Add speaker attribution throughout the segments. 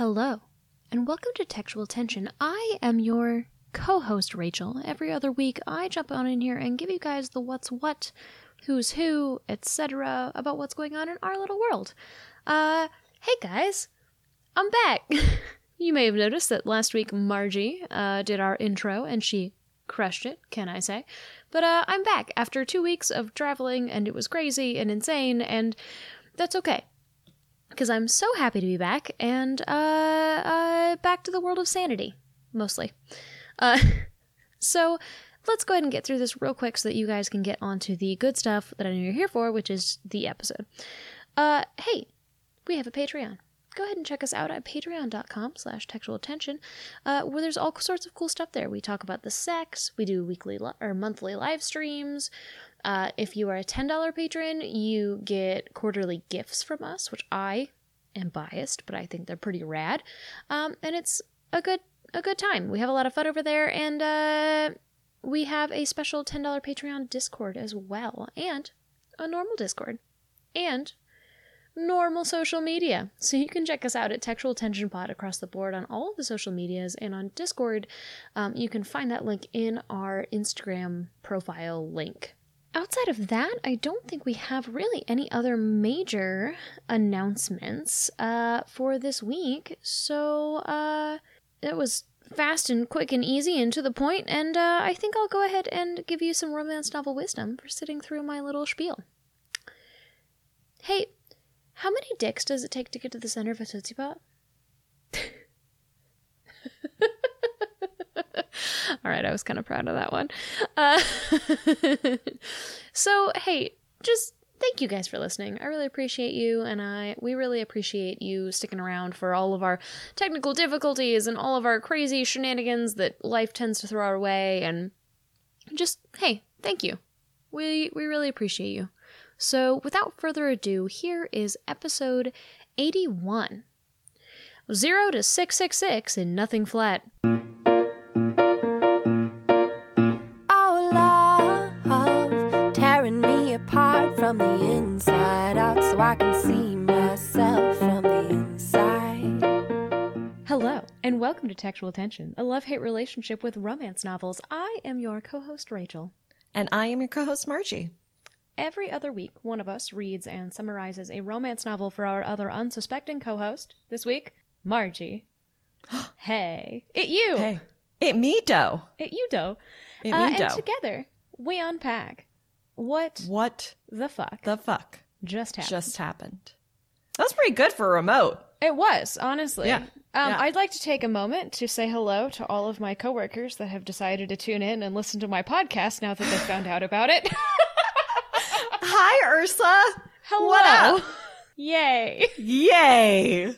Speaker 1: Hello, and welcome to Textual Tension. I am your co host, Rachel. Every other week, I jump on in here and give you guys the what's what, who's who, etc., about what's going on in our little world. Uh, hey guys, I'm back. you may have noticed that last week Margie uh, did our intro and she crushed it, can I say? But uh, I'm back after two weeks of traveling and it was crazy and insane, and that's okay because I'm so happy to be back and uh, uh, back to the world of sanity, mostly. Uh, so let's go ahead and get through this real quick so that you guys can get on to the good stuff that I know you're here for, which is the episode. Uh, hey, we have a Patreon. Go ahead and check us out at patreon.com slash textual attention, uh, where there's all sorts of cool stuff there. We talk about the sex, we do weekly li- or monthly live streams, uh, if you are a $10 patron, you get quarterly gifts from us, which I am biased, but I think they're pretty rad. Um, and it's a good a good time. We have a lot of fun over there, and uh, we have a special $10 Patreon Discord as well, and a normal Discord, and normal social media. So you can check us out at Textual Tension Pod across the board on all of the social medias and on Discord. Um, you can find that link in our Instagram profile link. Outside of that, I don't think we have really any other major announcements uh, for this week. So uh, it was fast and quick and easy and to the point, and uh, I think I'll go ahead and give you some romance novel wisdom for sitting through my little spiel. Hey, how many dicks does it take to get to the center of a Tootsie Pop? All right, I was kind of proud of that one. Uh, so, hey, just thank you guys for listening. I really appreciate you, and I we really appreciate you sticking around for all of our technical difficulties and all of our crazy shenanigans that life tends to throw our way. And just hey, thank you. We we really appreciate you. So, without further ado, here is episode eighty-one. Zero to six six six in nothing flat.
Speaker 2: Our love tearing me apart from the inside out so I can see myself from the inside.
Speaker 1: Hello, and welcome to Textual Tension, a love hate relationship with romance novels. I am your co host, Rachel.
Speaker 3: And I am your co host, Margie.
Speaker 1: Every other week, one of us reads and summarizes a romance novel for our other unsuspecting co host. This week, Margie. hey. It you.
Speaker 3: Hey, it me, dough.
Speaker 1: It you, doe.
Speaker 3: It
Speaker 1: Uh,
Speaker 3: me,
Speaker 1: and
Speaker 3: dough.
Speaker 1: together, we unpack what
Speaker 3: What
Speaker 1: the fuck
Speaker 3: the fuck
Speaker 1: just happened.
Speaker 3: just happened? That was pretty good for a remote.
Speaker 1: It was, honestly.
Speaker 3: Yeah.
Speaker 1: Um,
Speaker 3: Yeah.
Speaker 1: I'd like to take a moment to say hello to all of my coworkers that have decided to tune in and listen to my podcast now that they found out about it.
Speaker 3: Hi, Ursa.
Speaker 1: hello.
Speaker 3: What up?
Speaker 1: Yay.
Speaker 3: Yay.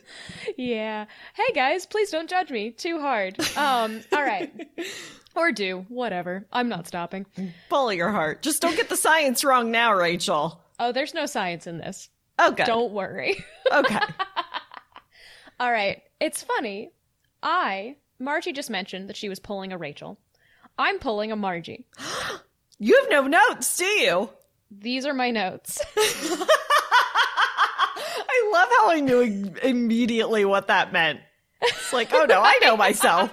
Speaker 1: yeah. Hey guys, please don't judge me too hard. Um, all right. or do, whatever. I'm not stopping.
Speaker 3: Follow your heart. Just don't get the science wrong now, Rachel.
Speaker 1: Oh, there's no science in this.
Speaker 3: Oh, good.
Speaker 1: Don't worry.
Speaker 3: Okay.
Speaker 1: All right. It's funny. I, Margie just mentioned that she was pulling a Rachel. I'm pulling a Margie.
Speaker 3: You have no notes, do you?
Speaker 1: These are my notes.
Speaker 3: I love how I knew im- immediately what that meant. It's like, oh no, I know myself.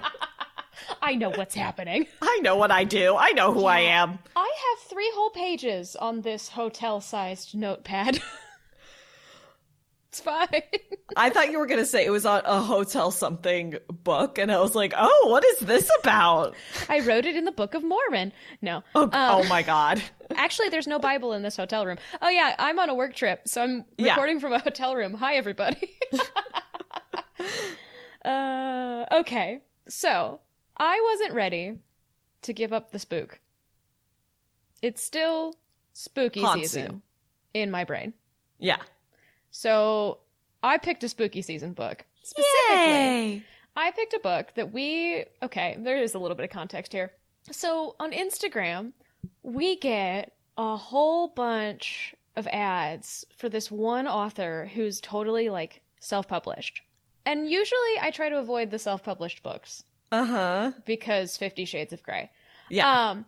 Speaker 1: I know what's happening.
Speaker 3: I know what I do. I know who I am.
Speaker 1: I have three whole pages on this hotel sized notepad. it's fine.
Speaker 3: I thought you were going to say it was on a hotel something book, and I was like, oh, what is this about?
Speaker 1: I wrote it in the Book of Mormon. No.
Speaker 3: Oh,
Speaker 1: Uh,
Speaker 3: oh my God.
Speaker 1: Actually, there's no Bible in this hotel room. Oh, yeah, I'm on a work trip, so I'm
Speaker 3: Yeah.
Speaker 1: recording from a hotel room. Hi, everybody. uh, okay, so I wasn't ready to give up the spook. It's still spooky
Speaker 3: Haunts
Speaker 1: season
Speaker 3: you.
Speaker 1: in my brain.
Speaker 3: Yeah.
Speaker 1: So I picked a spooky season book. Specifically, I picked a book that we, okay, there is a little bit of context here. So on Instagram, we get a whole bunch of ads for this one author who's totally like self published. And usually I try to avoid the self published books
Speaker 3: Uh huh.
Speaker 1: because Fifty Shades of Grey.
Speaker 3: Yeah.
Speaker 1: Um,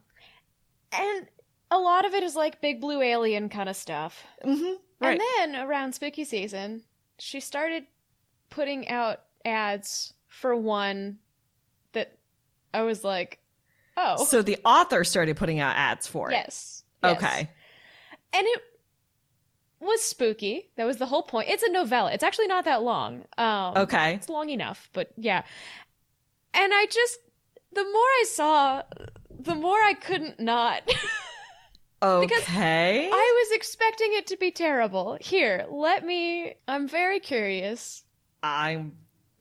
Speaker 1: and a lot of it is like big blue alien kind of stuff.
Speaker 3: hmm Right.
Speaker 1: And then around spooky season, she started putting out ads for one that I was like, oh,
Speaker 3: So the author started putting out ads for it.
Speaker 1: yes, yes.
Speaker 3: Okay.
Speaker 1: and it was spooky. That was the whole point. It's a novella. It's actually not that long. Um,
Speaker 3: Okay.
Speaker 1: it's long enough, but yeah. And I just, the more I saw, the more I couldn't not.
Speaker 3: Okay.
Speaker 1: I was expecting it to be terrible. Here, let me. I'm very curious.
Speaker 3: I'm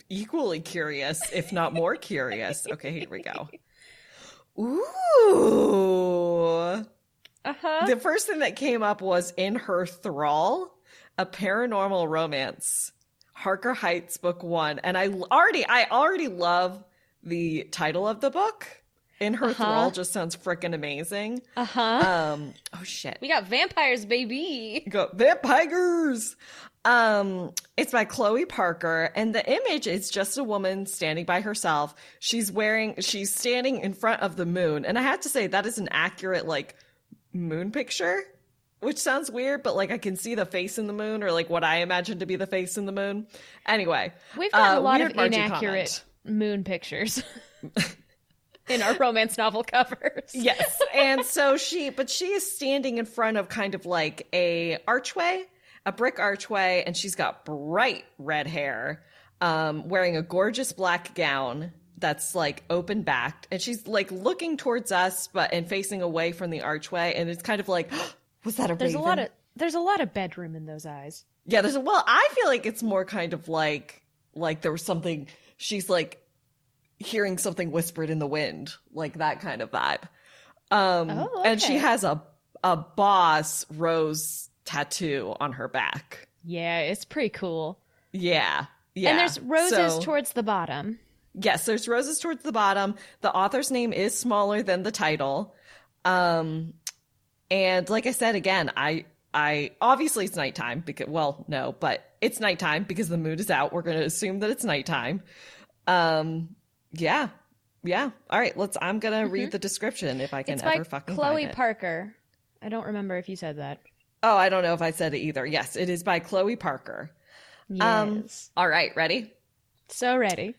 Speaker 3: equally curious, if not more curious. Okay, here we go. Ooh.
Speaker 1: Uh huh.
Speaker 3: The first thing that came up was In Her Thrall, a paranormal romance, Harker Heights book 1. And I l- already I already love the title of the book. In Her
Speaker 1: Uh-huh.
Speaker 3: Thrall just sounds freaking amazing.
Speaker 1: Uh huh.
Speaker 3: Um oh shit.
Speaker 1: we got vampires, baby.
Speaker 3: go vampires um it's by chloe parker and the image is just a woman standing by herself she's wearing she's standing in front of the moon and i have to say that is an accurate like moon picture which sounds weird but like i can see the face in the moon or like what i imagine to be the face in the moon anyway
Speaker 1: We've got
Speaker 3: uh,
Speaker 1: a lot
Speaker 3: weird
Speaker 1: of
Speaker 3: Margie
Speaker 1: inaccurate moon pictures in our romance novel covers.
Speaker 3: Yes. and so she but she is standing in front of kind of like a archway, a brick archway and she's got bright red hair, um wearing a gorgeous black gown that's like open backed and she's like looking towards us but and facing away from the archway and it's kind of like was that a
Speaker 1: There's a
Speaker 3: raven?
Speaker 1: lot of there's a lot of bedroom in those eyes.
Speaker 3: Yeah, there's a well, I feel like it's more kind of like like there was something she's like hearing something whispered in the wind, like that kind of vibe. Um
Speaker 1: Oh,
Speaker 3: and she
Speaker 1: okay.
Speaker 3: has a a boss rose tattoo on her back.
Speaker 1: Yeah, it's pretty cool.
Speaker 3: Yeah. Yeah.
Speaker 1: And there's roses
Speaker 3: So-
Speaker 1: towards the bottom.
Speaker 3: Yes, there's roses towards the bottom. The author's name is smaller than the title. Um and like I said again, I I obviously it's nighttime because well, no, but it's nighttime because the moon is out. We're going to assume that it's nighttime. Um yeah. Yeah. All right, let's I'm going to read the description if I can
Speaker 1: Mm-hmm. It's by
Speaker 3: ever fucking
Speaker 1: Chloe
Speaker 3: find it.
Speaker 1: Parker. I don't remember if you said that.
Speaker 3: oh, I don't know if I said it either. Yes, it is by Chloe Parker.
Speaker 1: Yes.
Speaker 3: Um, All right, ready?
Speaker 1: so ready.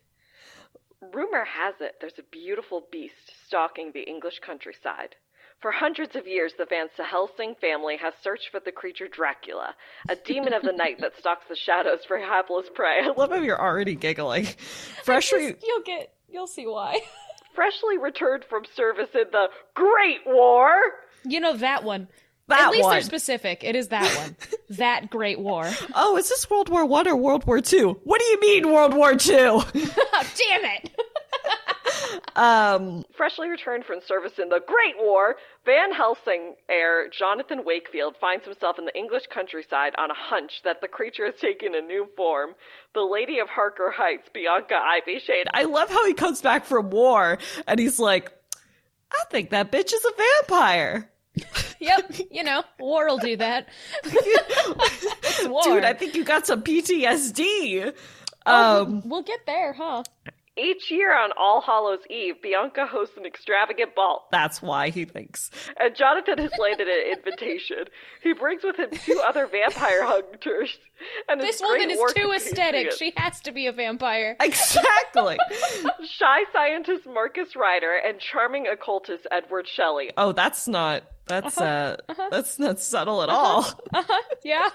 Speaker 4: Rumor has it there's a beautiful beast stalking the English countryside. For hundreds of years, the Van Helsing family has searched for the creature Dracula, a demon of the night that stalks the shadows for hapless prey.
Speaker 3: I love how you're already giggling. Fresh re-
Speaker 1: You'll get you'll see why.
Speaker 4: Freshly returned from service in the Great War.
Speaker 1: You know that one.
Speaker 3: that
Speaker 1: At least
Speaker 3: one.
Speaker 1: they're specific. It is that one. that Great War.
Speaker 3: Oh, is this World War One or World War Two? What do you mean World War Two?
Speaker 1: Oh, damn it.
Speaker 3: Um,
Speaker 4: Freshly returned from service in the Great War, Van Helsing heir Jonathan Wakefield finds himself in the English countryside on a hunch that the creature has taken a new form. The Lady of Harker Heights, Bianca Ivyshade.
Speaker 3: I love how he comes back from war and he's like, "I think that bitch is a vampire,
Speaker 1: yep. You know, war will do that. it's war.
Speaker 3: dude. I think you got some PTSD."
Speaker 1: Oh,
Speaker 3: Um,
Speaker 1: we'll- we'll get there, huh?
Speaker 4: Each year on All Hallows Eve, Bianca hosts an extravagant ball,
Speaker 3: that's why he thinks.
Speaker 4: and Jonathan has landed an invitation. He brings with him two other vampire hunters. And his
Speaker 1: This woman
Speaker 4: great
Speaker 1: is
Speaker 4: war
Speaker 1: too aesthetic.
Speaker 4: compatriot,
Speaker 1: She has to be a vampire.
Speaker 3: Exactly.
Speaker 4: Shy scientist Marcus Ryder and charming occultist Edward Shelley. Uh-huh.
Speaker 3: oh, that's not. That's uh, that's not subtle at all.
Speaker 1: Yeah.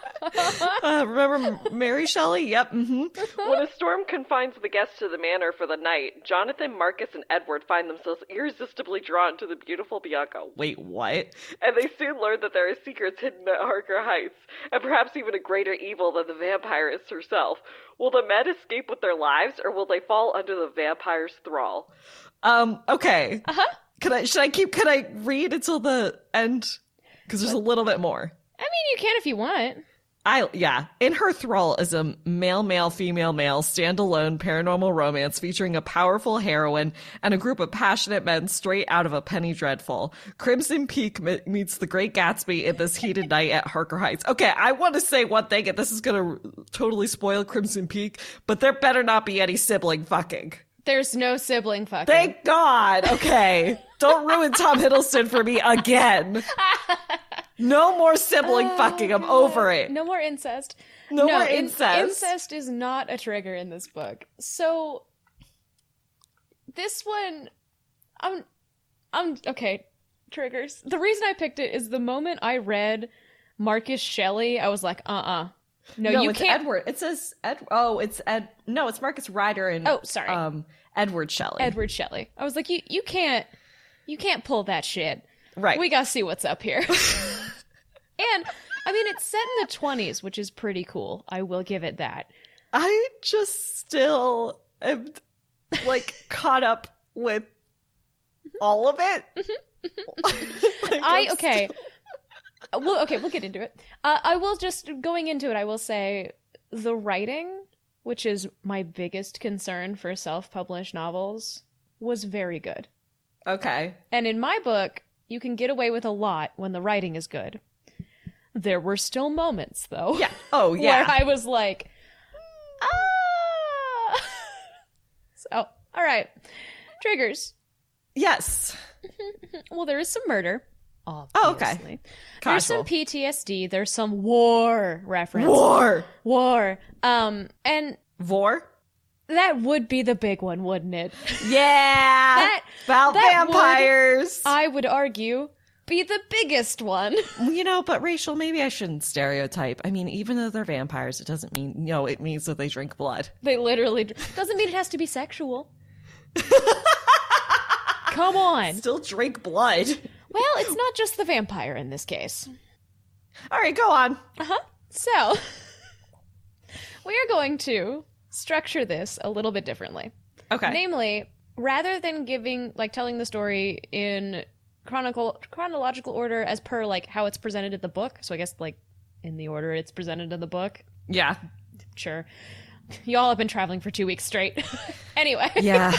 Speaker 3: Uh, remember Mary Shelley? Yep. hmm
Speaker 4: When a storm confines the guests to the manor for the night, Jonathan, Marcus, and Edward find themselves irresistibly drawn to the beautiful Bianca,
Speaker 3: Wait, what?
Speaker 4: and they soon learn that there are secrets hidden at Harker Heights, and perhaps even a greater evil than the vampire is herself. Will the men escape with their lives, or will they fall under the vampire's thrall?
Speaker 3: Um. Okay. Uh huh. Can I? Should I keep? Can I read until the end? Because there's a little bit more.
Speaker 1: I mean, you can if you want.
Speaker 3: I yeah. In her thrall is a male, male, female, male standalone paranormal romance featuring a powerful heroine and a group of passionate men straight out of a Penny Dreadful. Crimson Peak me- meets The Great Gatsby in this heated night at Harker Heights. Okay, I want to say one thing, and this is gonna r- totally spoil Crimson Peak, but there better not be any sibling fucking.
Speaker 1: There's no sibling fucking.
Speaker 3: Thank God. Okay. Don't ruin Tom Hiddleston for me again. No more sibling
Speaker 1: Oh,
Speaker 3: fucking. I'm
Speaker 1: God.
Speaker 3: over it.
Speaker 1: No more incest.
Speaker 3: No more
Speaker 1: in-
Speaker 3: incest.
Speaker 1: incest is not a trigger in this book. So this one I'm I'm okay, triggers. The reason I picked it is the moment I read Marcus Shelley, I was like, "Uh-uh. No, you
Speaker 3: it's
Speaker 1: can't."
Speaker 3: Edward. It says Ed. Oh, it's Ed. No, it's Marcus Ryder and
Speaker 1: Oh, sorry.
Speaker 3: um Edward Shelley.
Speaker 1: Edward Shelley. I was like, "You you can't you can't pull that shit."
Speaker 3: right.
Speaker 1: We gotta see what's up here. and I mean, it's set in the 20s, which is pretty cool. I will give it that.
Speaker 3: I just still am like caught up with all of it. Like,
Speaker 1: Mm-hmm. I
Speaker 3: I'm
Speaker 1: okay. Uh, well, okay, we'll get into it. Uh, I will just going into it. I will say the writing, which is my biggest concern for self-published novels, was very good.
Speaker 3: st- okay.
Speaker 1: And in my book, you can get away with a lot when the writing is good. There were still moments, though,
Speaker 3: Yeah. Oh yeah.
Speaker 1: where I was like, ah. so, all right, triggers.
Speaker 3: yes.
Speaker 1: Well, there is some murder. Obviously.
Speaker 3: Oh, okay.
Speaker 1: There's some
Speaker 3: Casual.
Speaker 1: PTSD. There's some war reference.
Speaker 3: War.
Speaker 1: War. Um, and
Speaker 3: Vor.
Speaker 1: that would be the big one, wouldn't it?
Speaker 3: Yeah.
Speaker 1: That
Speaker 3: About
Speaker 1: that would-
Speaker 3: vampires.
Speaker 1: I would argue be the biggest one.
Speaker 3: you know, but Rachel, maybe I shouldn't stereotype. I mean, even though they're vampires, it doesn't mean no. It means that they drink blood.
Speaker 1: they literally doesn't mean it has to be sexual. Come on.
Speaker 3: Still drink blood.
Speaker 1: Well, it's not just the vampire in this case.
Speaker 3: All right, go on.
Speaker 1: So, we are going to structure this a little bit differently.
Speaker 3: Okay.
Speaker 1: Namely, rather than giving like telling the story in chronicle chronological order as per like how it's presented in the book, so I guess like in the order it's presented in the book.
Speaker 3: yeah.
Speaker 1: Sure. Y'all have been traveling for 2 weeks straight. anyway,
Speaker 3: Yeah.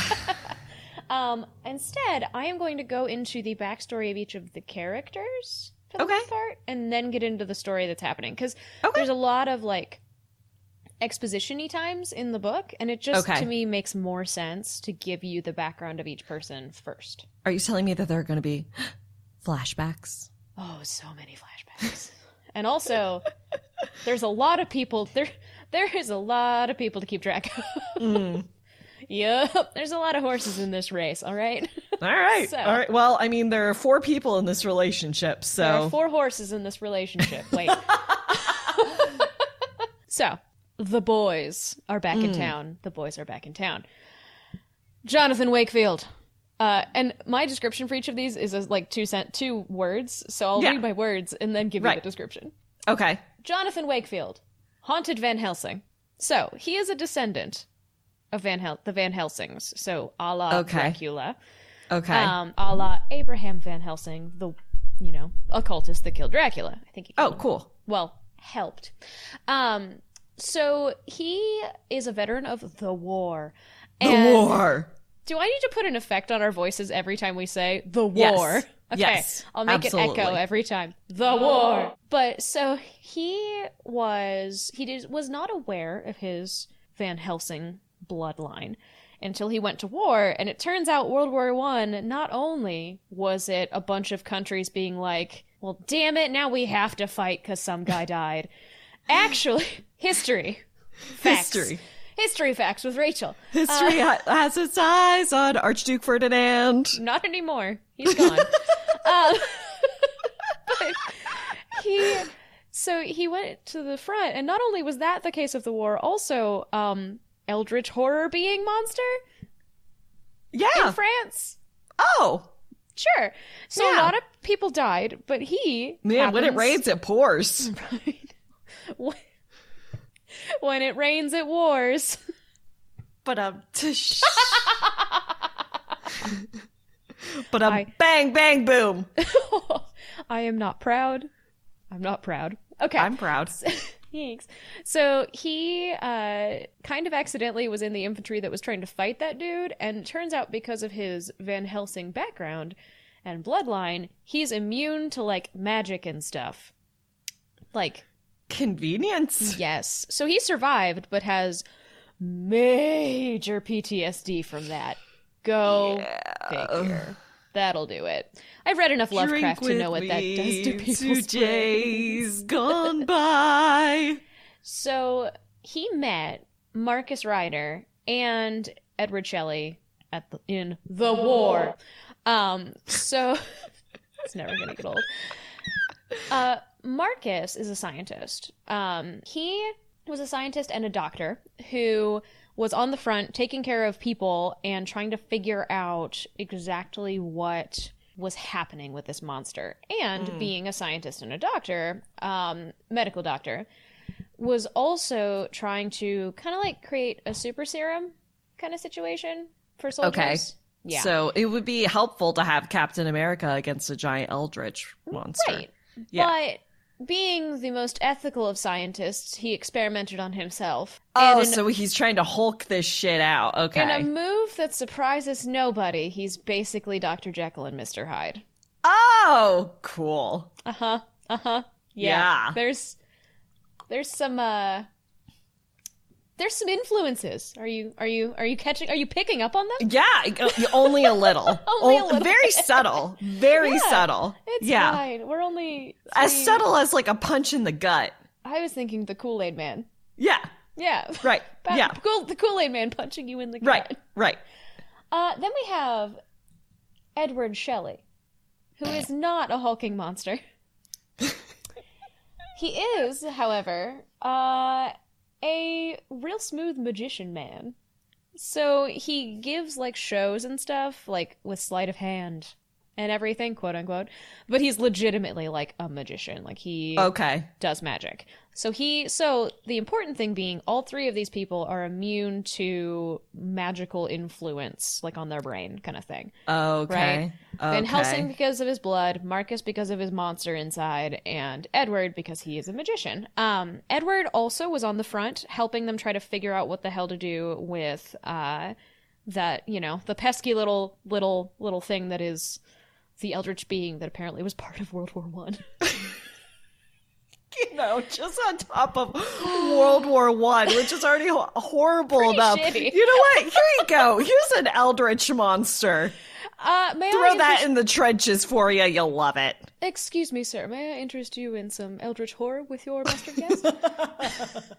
Speaker 1: um instead, I am going to go into the backstory of each of the characters for the
Speaker 3: Okay.
Speaker 1: most part and then get into the story that's happening cuz
Speaker 3: Okay.
Speaker 1: there's a lot of like exposition-y times in the book and it just
Speaker 3: Okay.
Speaker 1: to me makes more sense to give you the background of each person first
Speaker 3: Are you telling me that there are going to be flashbacks?
Speaker 1: oh so many flashbacks and also there's a lot of people there there is a lot of people to keep track of Mm. yep there's a lot of horses in this race all right
Speaker 3: All right.
Speaker 1: So-
Speaker 3: All right. Well, I mean, there are four people in this relationship,
Speaker 1: there are
Speaker 3: so
Speaker 1: four horses in this relationship wait so the boys are back
Speaker 3: Hmm.
Speaker 1: in town the boys are back in town jonathan wakefield uh, and my description for each of these is uh, like two cent two words so i'll
Speaker 3: Yeah.
Speaker 1: read my words and then give you
Speaker 3: Right.
Speaker 1: the description
Speaker 3: okay.
Speaker 1: Jonathan Wakefield, haunted Van Helsing. So he is a descendant of Van Hel- the Van Helsings. So a la
Speaker 3: Okay.
Speaker 1: Dracula,
Speaker 3: Okay.
Speaker 1: um, a la Abraham Van Helsing, the you know occultist that killed Dracula. I think. He
Speaker 3: oh,
Speaker 1: killed him.
Speaker 3: cool.
Speaker 1: well helped. Um, so he is a veteran of the war.
Speaker 3: the war.
Speaker 1: Do I need to put an effect on our voices every time we say the war?
Speaker 3: Yes.
Speaker 1: Okay.
Speaker 3: Yes.
Speaker 1: I'll make it echo
Speaker 3: Absolutely.
Speaker 1: every time. The war. But so he was he did was not aware of his Van Helsing bloodline until he went to war and it turns out World War 1 not only was it a bunch of countries being like, well damn it, now we have to fight cuz some guy died. Actually, history. Facts.
Speaker 3: History.
Speaker 1: History facts with Rachel.
Speaker 3: History ha- has its eyes on Archduke Ferdinand.
Speaker 1: Not anymore. He's gone. um, but he, so he went to the front, and not only was that the case of the war, also um, Eldritch horror being monster in
Speaker 3: Yeah.
Speaker 1: France.
Speaker 3: Oh,
Speaker 1: Sure. So a
Speaker 3: Yeah.
Speaker 1: lot of people died, but he
Speaker 3: man, when it
Speaker 1: happens-
Speaker 3: rains, it pours.
Speaker 1: When- when it rains, it wars.
Speaker 3: But um, tsh. but um,
Speaker 1: I-
Speaker 3: bang, bang, boom.
Speaker 1: I am not proud. I'm not proud. Okay.
Speaker 3: I'm proud.
Speaker 1: Thanks. So he uh, kind of accidentally was in the infantry that was trying to fight that dude, and it turns out because of his Van Helsing background and bloodline, he's immune to like magic and stuff. Like,
Speaker 3: Convenience.
Speaker 1: yes. So he survived, but has major PTSD from that. Go figure. That'll do it. I've read enough Lovecraft to know what that does to people's brains.
Speaker 3: days gone by.
Speaker 1: So he met Marcus Ryder and Edward Shelley at the, in the war. Um, so it's never gonna get old. Uh, Marcus is a scientist. Um, he was a scientist and a doctor who was on the front taking care of people and trying to figure out exactly what was happening with this monster. And
Speaker 3: Hmm.
Speaker 1: being a scientist and a doctor, um, medical doctor, was also trying to kind of like create a super serum kind of situation for soldiers.
Speaker 3: Okay.
Speaker 1: Yeah.
Speaker 3: So it would be helpful to have Captain America against a giant eldritch monster.
Speaker 1: Right.
Speaker 3: Yeah.
Speaker 1: But being the most ethical of scientists, he experimented on himself.
Speaker 3: Oh,
Speaker 1: and in,
Speaker 3: so he's trying to Hulk this shit out. Okay.
Speaker 1: in a move that surprises nobody, he's basically Dr. Jekyll and Mr. Hyde.
Speaker 3: oh, cool.
Speaker 1: Uh huh. Uh huh. Yeah.
Speaker 3: Yeah.
Speaker 1: There's there's some uh there's some influences. Are you are you are you catching are you picking up on them?
Speaker 3: Yeah, uh, only a little.
Speaker 1: Only a
Speaker 3: Oh,
Speaker 1: little
Speaker 3: Very subtle. Very subtle.
Speaker 1: It's
Speaker 3: yeah.
Speaker 1: fine. We're only
Speaker 3: As
Speaker 1: three-
Speaker 3: subtle as like a punch in the gut.
Speaker 1: I was thinking the Kool Aid Man.
Speaker 3: Yeah.
Speaker 1: Yeah.
Speaker 3: Right.
Speaker 1: About
Speaker 3: yeah.
Speaker 1: Kool- the Kool Aid Man punching you in the gut.
Speaker 3: Right. Right.
Speaker 1: Uh, then we have Edward Shelley, who is not a hulking monster. he is, however, uh, a real smooth magician man. So he gives like shows and stuff, like with sleight of hand and everything, quote unquote. But he's legitimately like a magician. Like he
Speaker 3: Okay.
Speaker 1: does magic. So he so the important thing being all three of these people are immune to magical influence like on their brain kind of thing.
Speaker 3: Oh, Okay. Okay.
Speaker 1: Van Helsing because of his blood, Marcus because of his monster inside, and Edward because he is a magician. Um, Edward also was on the front helping them try to figure out what the hell to do with uh, that you know the pesky little little little thing that is the eldritch being that apparently was part of World War One.
Speaker 3: you know, just on top of World War One, which is already ho- horrible enough.
Speaker 1: shitty.
Speaker 3: You know what? Here you go. Here's an eldritch monster.
Speaker 1: Uh, may I
Speaker 3: Throw that
Speaker 1: interest-
Speaker 3: in the trenches for you. You'll love it.
Speaker 1: Excuse me, sir. May I interest you in some eldritch horror with your mustard gas?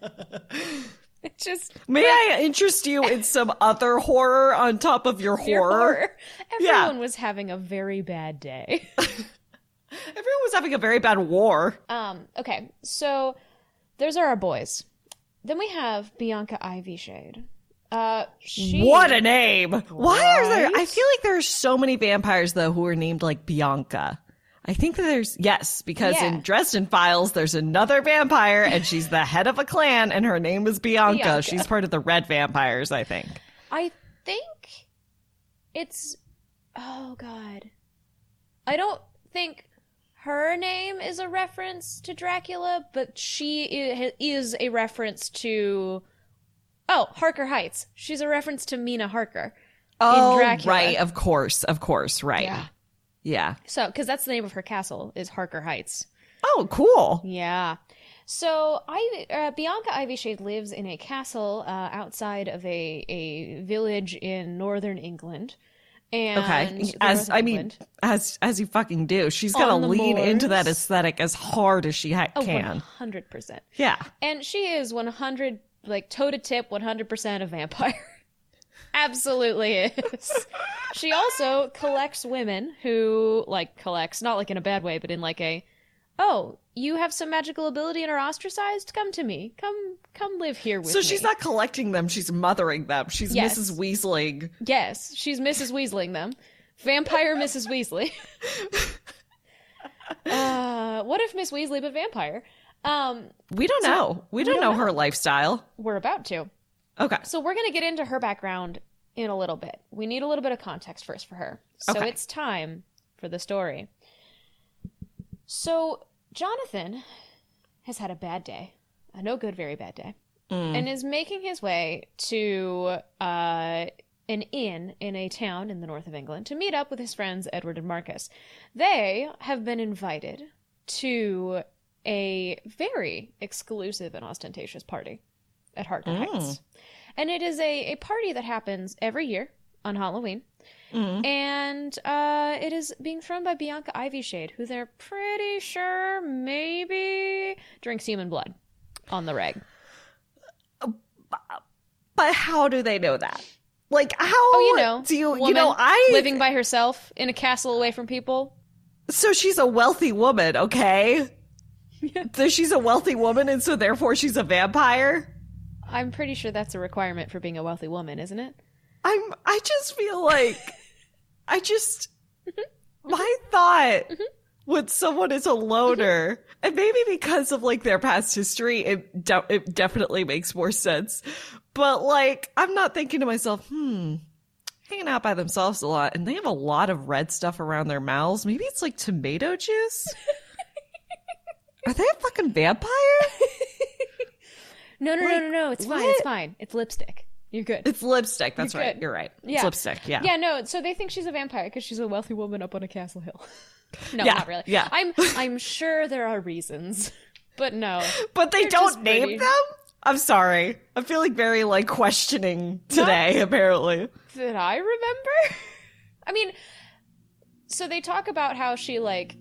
Speaker 1: it's just
Speaker 3: May I interest you in some other horror on top of your
Speaker 1: pure
Speaker 3: horror?
Speaker 1: horror.
Speaker 3: Yeah.
Speaker 1: Everyone was having a very bad day.
Speaker 3: Everyone was having a very bad war.
Speaker 1: um. Okay. So those are our boys. Then we have Bianca Ivyshade. Uh, she
Speaker 3: What a name! Why are there? I
Speaker 1: Right?
Speaker 3: feel like there are so many vampires though who are named like Bianca. I think that there's yes, because
Speaker 1: Yeah.
Speaker 3: in Dresden Files there's another vampire and she's the head of a clan and her name is Bianca.
Speaker 1: Bianca.
Speaker 3: She's part of the Red Vampires, I think.
Speaker 1: I think it's. Oh God, I don't think her name is a reference to Dracula, but she i- is a reference to. Oh, Harker Heights. She's a reference to Mina Harker.
Speaker 3: Oh,
Speaker 1: Dracula.
Speaker 3: right, of course, of course, right.
Speaker 1: Yeah.
Speaker 3: Yeah.
Speaker 1: So, because that's the name of her castle is Harker Heights.
Speaker 3: Oh, cool.
Speaker 1: Yeah. So I uh, Bianca Ivyshade lives in a castle uh, outside of a a village in northern England. And
Speaker 3: Okay.
Speaker 1: the
Speaker 3: As
Speaker 1: northern
Speaker 3: I mean,
Speaker 1: England.
Speaker 3: as as you fucking do, she's gonna
Speaker 1: On the
Speaker 3: lean into that
Speaker 1: moors.
Speaker 3: aesthetic as hard as she ha-
Speaker 1: Oh,
Speaker 3: can.
Speaker 1: 100%.
Speaker 3: Yeah.
Speaker 1: And she is 100, like toe to tip, 100% a vampire. Absolutely is. she also collects women who, like, collects, not like in a bad way, but in like a, oh, you have some magical ability and are ostracized? Come to me. Come, come live here with
Speaker 3: So
Speaker 1: me.
Speaker 3: she's not collecting them; she's mothering them. She's
Speaker 1: Yes.
Speaker 3: Mrs. Weaseling.
Speaker 1: Yes, she's Mrs. Weaseling them. Vampire Mrs. Weasley. uh, what if Miss Weasley but vampire? Um,
Speaker 3: We don't know. We don't,
Speaker 1: don't
Speaker 3: know, her lifestyle.
Speaker 1: we're about to.
Speaker 3: Okay.
Speaker 1: So we're going to get into her background in a little bit. We need a little bit of context first for her. So
Speaker 3: Okay.
Speaker 1: it's time for the story. So Jonathan has had a bad day, a no good, very bad day, and is making his way to uh, an inn in a town in the north of England to meet up with his friends Edward and Marcus. They have been invited to a very exclusive and ostentatious party at Harker Heights. And it is a, a party that happens every year on Halloween.
Speaker 3: Mhm.
Speaker 1: And uh, it is being thrown by Bianca Ivyshade, who they're pretty sure maybe drinks human blood on the reg.
Speaker 3: But how do they know that? Like how
Speaker 1: Oh, you know,
Speaker 3: do you you
Speaker 1: woman
Speaker 3: know I
Speaker 1: living by herself in a castle away from people.
Speaker 3: so she's a wealthy woman, okay? so she's a wealthy woman and so therefore she's a vampire?
Speaker 1: I'm pretty sure that's a requirement for being a wealthy woman, isn't it?
Speaker 3: I'm I just feel like I just
Speaker 1: Mm-hmm.
Speaker 3: my thought when someone is a loner
Speaker 1: Mm-hmm.
Speaker 3: and maybe because of like their past history it de- it definitely makes more sense. But like I'm not thinking to myself, hmm, hanging out by themselves a lot and they have a lot of red stuff around their mouths. Maybe it's like tomato juice? Are they a fucking vampire?
Speaker 1: No, no, no, no, no. It's fine. It's
Speaker 3: what?
Speaker 1: fine. It's lipstick. You're good.
Speaker 3: It's lipstick. That's
Speaker 1: You're
Speaker 3: right.
Speaker 1: good.
Speaker 3: You're right. It's
Speaker 1: Yeah.
Speaker 3: lipstick. Yeah.
Speaker 1: Yeah, no. So they think she's a vampire because she's a wealthy woman up on a castle hill. no,
Speaker 3: Yeah,
Speaker 1: not really.
Speaker 3: yeah.
Speaker 1: I'm I'm sure there are reasons, but no.
Speaker 3: But they
Speaker 1: They're just
Speaker 3: don't
Speaker 1: pretty.
Speaker 3: name them? I'm sorry. I'm feeling very like questioning today, apparently.
Speaker 1: that I remember. I mean, so they talk about how she like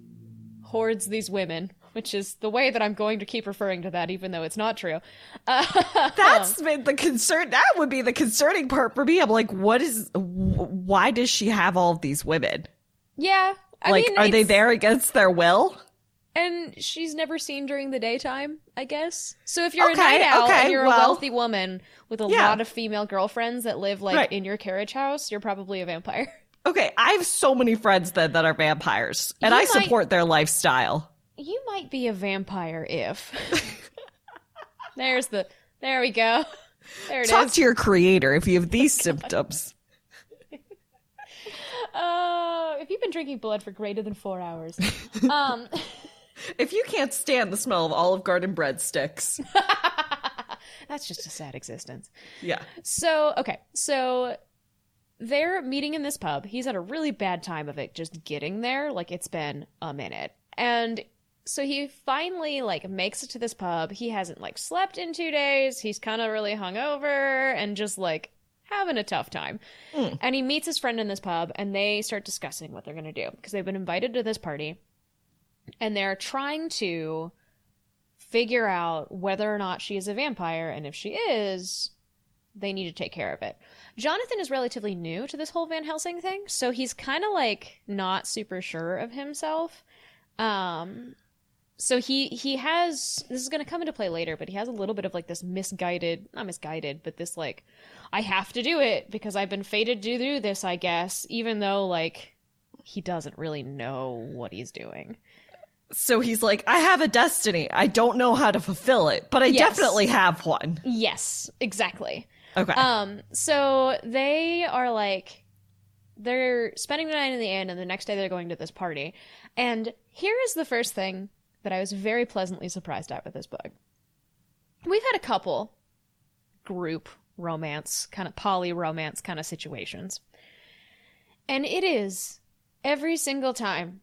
Speaker 1: hoards these women, which is the way that I'm going to keep referring to that, even though it's not true. Uh,
Speaker 3: That's been the concern. That would be the concerning part for me. I'm like, what is, wh- why does she have all of these women?
Speaker 1: yeah. I
Speaker 3: like,
Speaker 1: mean,
Speaker 3: are they
Speaker 1: it's-
Speaker 3: there against their will?
Speaker 1: And she's never seen during the daytime, I guess. So if you're
Speaker 3: Okay,
Speaker 1: a night owl
Speaker 3: okay,
Speaker 1: and you're
Speaker 3: well-
Speaker 1: a wealthy woman with a
Speaker 3: Yeah.
Speaker 1: lot of female girlfriends that live like
Speaker 3: Right.
Speaker 1: in your carriage house, you're probably a vampire.
Speaker 3: Okay, I have so many friends that, that are vampires, and
Speaker 1: You
Speaker 3: I
Speaker 1: might-
Speaker 3: support their lifestyle.
Speaker 1: You might be a vampire if. There's the. There we go. There it is.
Speaker 3: Talk to your creator if you have these symptoms.
Speaker 1: Oh, if you've been drinking blood for greater than four hours, um,
Speaker 3: If you can't stand the smell of Olive Garden breadsticks,
Speaker 1: that's just a sad existence.
Speaker 3: yeah.
Speaker 1: So, okay, so they're meeting in this pub. He's had a really bad time of it just getting there. Like, it's been a minute. And so he finally, like, makes it to this pub. He hasn't, like, slept in two days. He's kind of really hungover and just, like, having a tough time.
Speaker 3: Mm.
Speaker 1: And he meets his friend in this pub, and they start discussing what they're going to do because they've been invited to this party. And they're trying to figure out whether or not she is a vampire, and if she is, they need to take care of it. Jonathan is relatively new to this whole Van Helsing thing, so he's kind of like not super sure of himself. Um so he he has this is going to come into play later, but he has a little bit of like this misguided, not misguided, but this like I have to do it because I've been fated to do this, I guess, even though like he doesn't really know what he's doing.
Speaker 3: So he's like, I have a destiny. I don't know how to fulfill it, but I
Speaker 1: Yes.
Speaker 3: definitely have one. Uh,
Speaker 1: Yes, exactly.
Speaker 3: Okay.
Speaker 1: Um, so they are like, they're spending the night in the inn, and the next day they're going to this party. And here is the first thing that I was very pleasantly surprised at with this book. We've had a couple group romance, kind of poly romance kind of situations. And it is every single time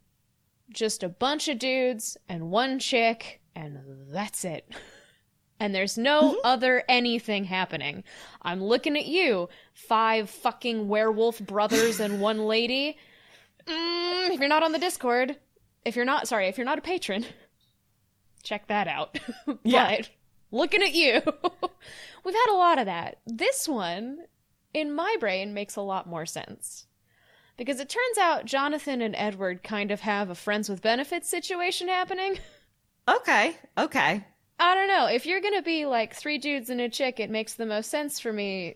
Speaker 1: just a bunch of dudes and one chick, and that's it. And there's no other anything happening. I'm looking at you, five fucking werewolf brothers and one lady. Mm, if you're not on the Discord, if you're not, sorry, if you're not a patron, check that out.
Speaker 3: Yeah.
Speaker 1: But looking at you, we've had a lot of that. This one, in my brain, makes a lot more sense. Because it turns out Jonathan and Edward kind of have a friends with benefits situation happening.
Speaker 3: okay. Okay.
Speaker 1: I don't know. If you're gonna be like three dudes and a chick, it makes the most sense for me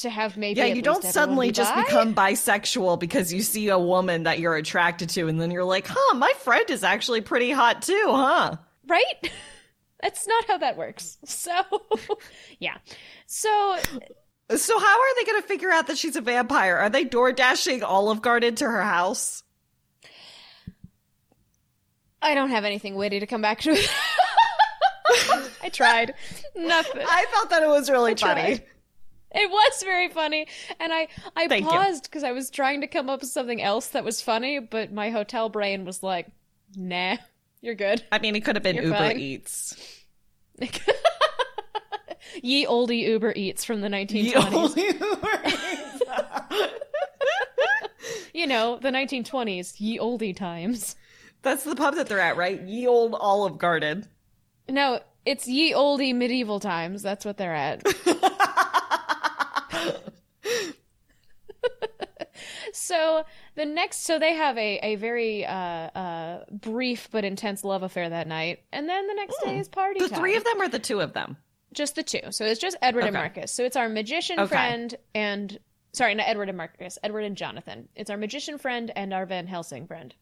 Speaker 1: to have maybe.
Speaker 3: Yeah,
Speaker 1: at
Speaker 3: you don't
Speaker 1: least everyone
Speaker 3: suddenly
Speaker 1: be
Speaker 3: just
Speaker 1: bi.
Speaker 3: become bisexual because you see a woman that you're attracted to and then you're like, huh, my friend is actually pretty hot too, huh?
Speaker 1: right. That's not how that works. So, yeah. So
Speaker 3: So how are they going to figure out that she's a vampire? Are they door dashing Olive Garden to her house?
Speaker 1: I don't have anything witty to come back to. I tried. Nothing.
Speaker 3: I thought that it was really funny.
Speaker 1: tried. It was very funny, and I I
Speaker 3: Thank you.
Speaker 1: paused because I was trying to come up with something else that was funny, but my hotel brain was like, "Nah, you're good."
Speaker 3: I mean, it could have been
Speaker 1: You're
Speaker 3: Uber
Speaker 1: fine.
Speaker 3: Eats.
Speaker 1: Ye oldie Uber Eats from the 1920s.
Speaker 3: You only Uber Eats.
Speaker 1: you know, the 1920s, ye oldie times.
Speaker 3: That's the pub that they're at, right? Ye old Olive Garden.
Speaker 1: No, it's ye oldie medieval times. That's what they're at. so the next, so they have a a very uh, uh, brief but intense love affair that night, and then the next day is party
Speaker 3: Hmm. The
Speaker 1: time.
Speaker 3: three of them or the two of them?
Speaker 1: just the two. So it's just Edward and
Speaker 3: Okay.
Speaker 1: Marcus. So it's our magician
Speaker 3: Okay.
Speaker 1: friend and sorry, not Edward and Marcus, Edward and Jonathan. It's our magician friend and our Van Helsing friend.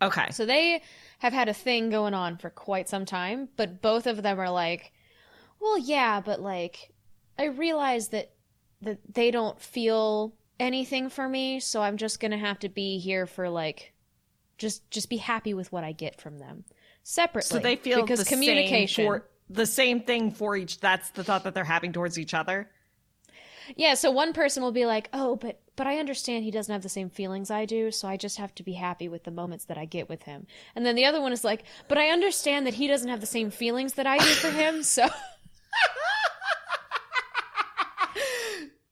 Speaker 3: Okay.
Speaker 1: So they have had a thing going on for quite some time, but both of them are like, well, yeah, but like, I realize that that they don't feel anything for me, so I'm just gonna have to be here for like, just just be happy with what I get from them separately.
Speaker 3: So they feel
Speaker 1: because
Speaker 3: the same
Speaker 1: communication.
Speaker 3: for the same thing for each. That's the thought that they're having towards each other.
Speaker 1: Yeah, so one person will be like, "Oh, but but I understand he doesn't have the same feelings I do, so I just have to be happy with the moments that I get with him." And then the other one is like, "But I understand that he doesn't have the same feelings that I do for him, so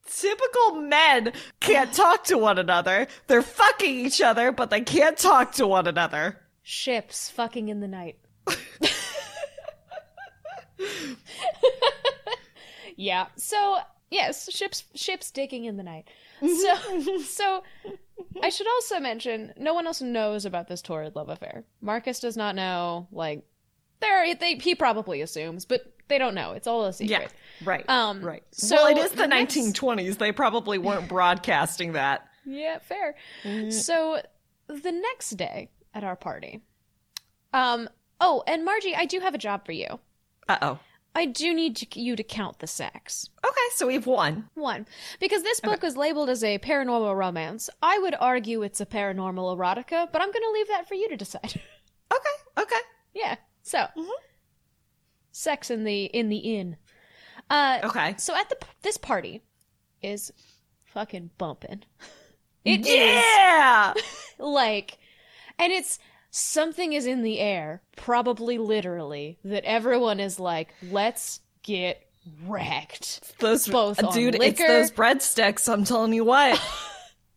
Speaker 3: Typical men can't talk to one another. They're fucking each other, but they can't talk to one another.
Speaker 1: ships fucking in the night." yeah. So, yes, ships ships digging in the night. So
Speaker 3: Mm-hmm.
Speaker 1: so I should also mention no one else knows about this torrid love affair. Marcus does not know. Like, there are- they he probably assumes, but they don't know. It's all a
Speaker 3: Yeah.
Speaker 1: secret.
Speaker 3: Right.
Speaker 1: Um,
Speaker 3: right.
Speaker 1: so
Speaker 3: well, it is the
Speaker 1: the next-
Speaker 3: 1920s. They probably weren't broadcasting that.
Speaker 1: Yeah, fair. So the next day at our party, um, oh, and Margie, I do have a job for you.
Speaker 3: Uh oh.
Speaker 1: I do need to, you to count the sacks.
Speaker 3: Okay, so we've won.
Speaker 1: One, because this book was labeled as a paranormal romance. I would argue it's a paranormal erotica, but I'm going to leave that for you to decide.
Speaker 3: Okay. Okay.
Speaker 1: yeah. So, sex in the in the inn. Uh,
Speaker 3: Okay.
Speaker 1: So at the p- this party is fucking bumping. It is
Speaker 3: Yeah.
Speaker 1: like, and it's something is in the air, probably literally, that everyone is like, let's get wrecked.
Speaker 3: Those
Speaker 1: Both on
Speaker 3: dude, it's
Speaker 1: liquor.
Speaker 3: those breadsticks. I'm telling you what.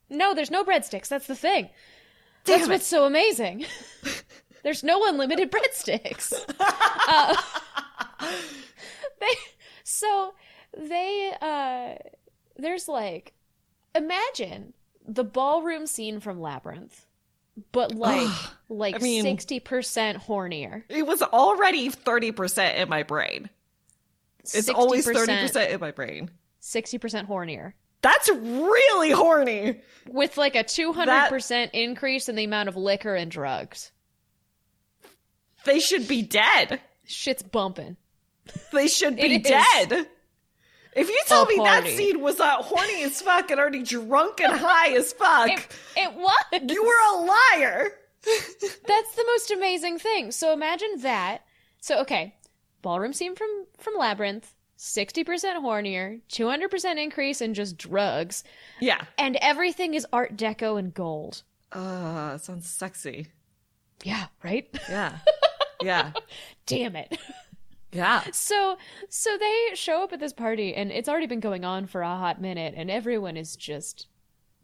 Speaker 1: No, there's no breadsticks. That's the thing.
Speaker 3: Damn
Speaker 1: That's
Speaker 3: it.
Speaker 1: what's so amazing. There's no unlimited breadsticks. Uh, they so they uh there's like imagine the ballroom scene from Labyrinth, but like like
Speaker 3: I mean-
Speaker 1: sixty percent hornier.
Speaker 3: It was already 30% in my brain. It's always 30% in my brain.
Speaker 1: sixty percent hornier.
Speaker 3: That's really horny.
Speaker 1: With like a two hundred percent increase in the amount of liquor and drugs.
Speaker 3: They should be dead.
Speaker 1: Shit's bumping.
Speaker 3: They should be
Speaker 1: It is
Speaker 3: dead. If you tell
Speaker 1: a
Speaker 3: me
Speaker 1: party.
Speaker 3: that scene was not horny as fuck and already drunk and high as fuck,
Speaker 1: It, it was
Speaker 3: you were a liar.
Speaker 1: That's the most amazing thing. So imagine that. So okay, ballroom scene from from Labyrinth, 60% hornier, 200% increase in just drugs,
Speaker 3: Yeah.
Speaker 1: and everything is art deco and gold.
Speaker 3: Uh, sounds sexy.
Speaker 1: Yeah, right?
Speaker 3: Yeah. Yeah.
Speaker 1: Damn it.
Speaker 3: Yeah.
Speaker 1: So so they show up at this party and it's already been going on for a hot minute and everyone is just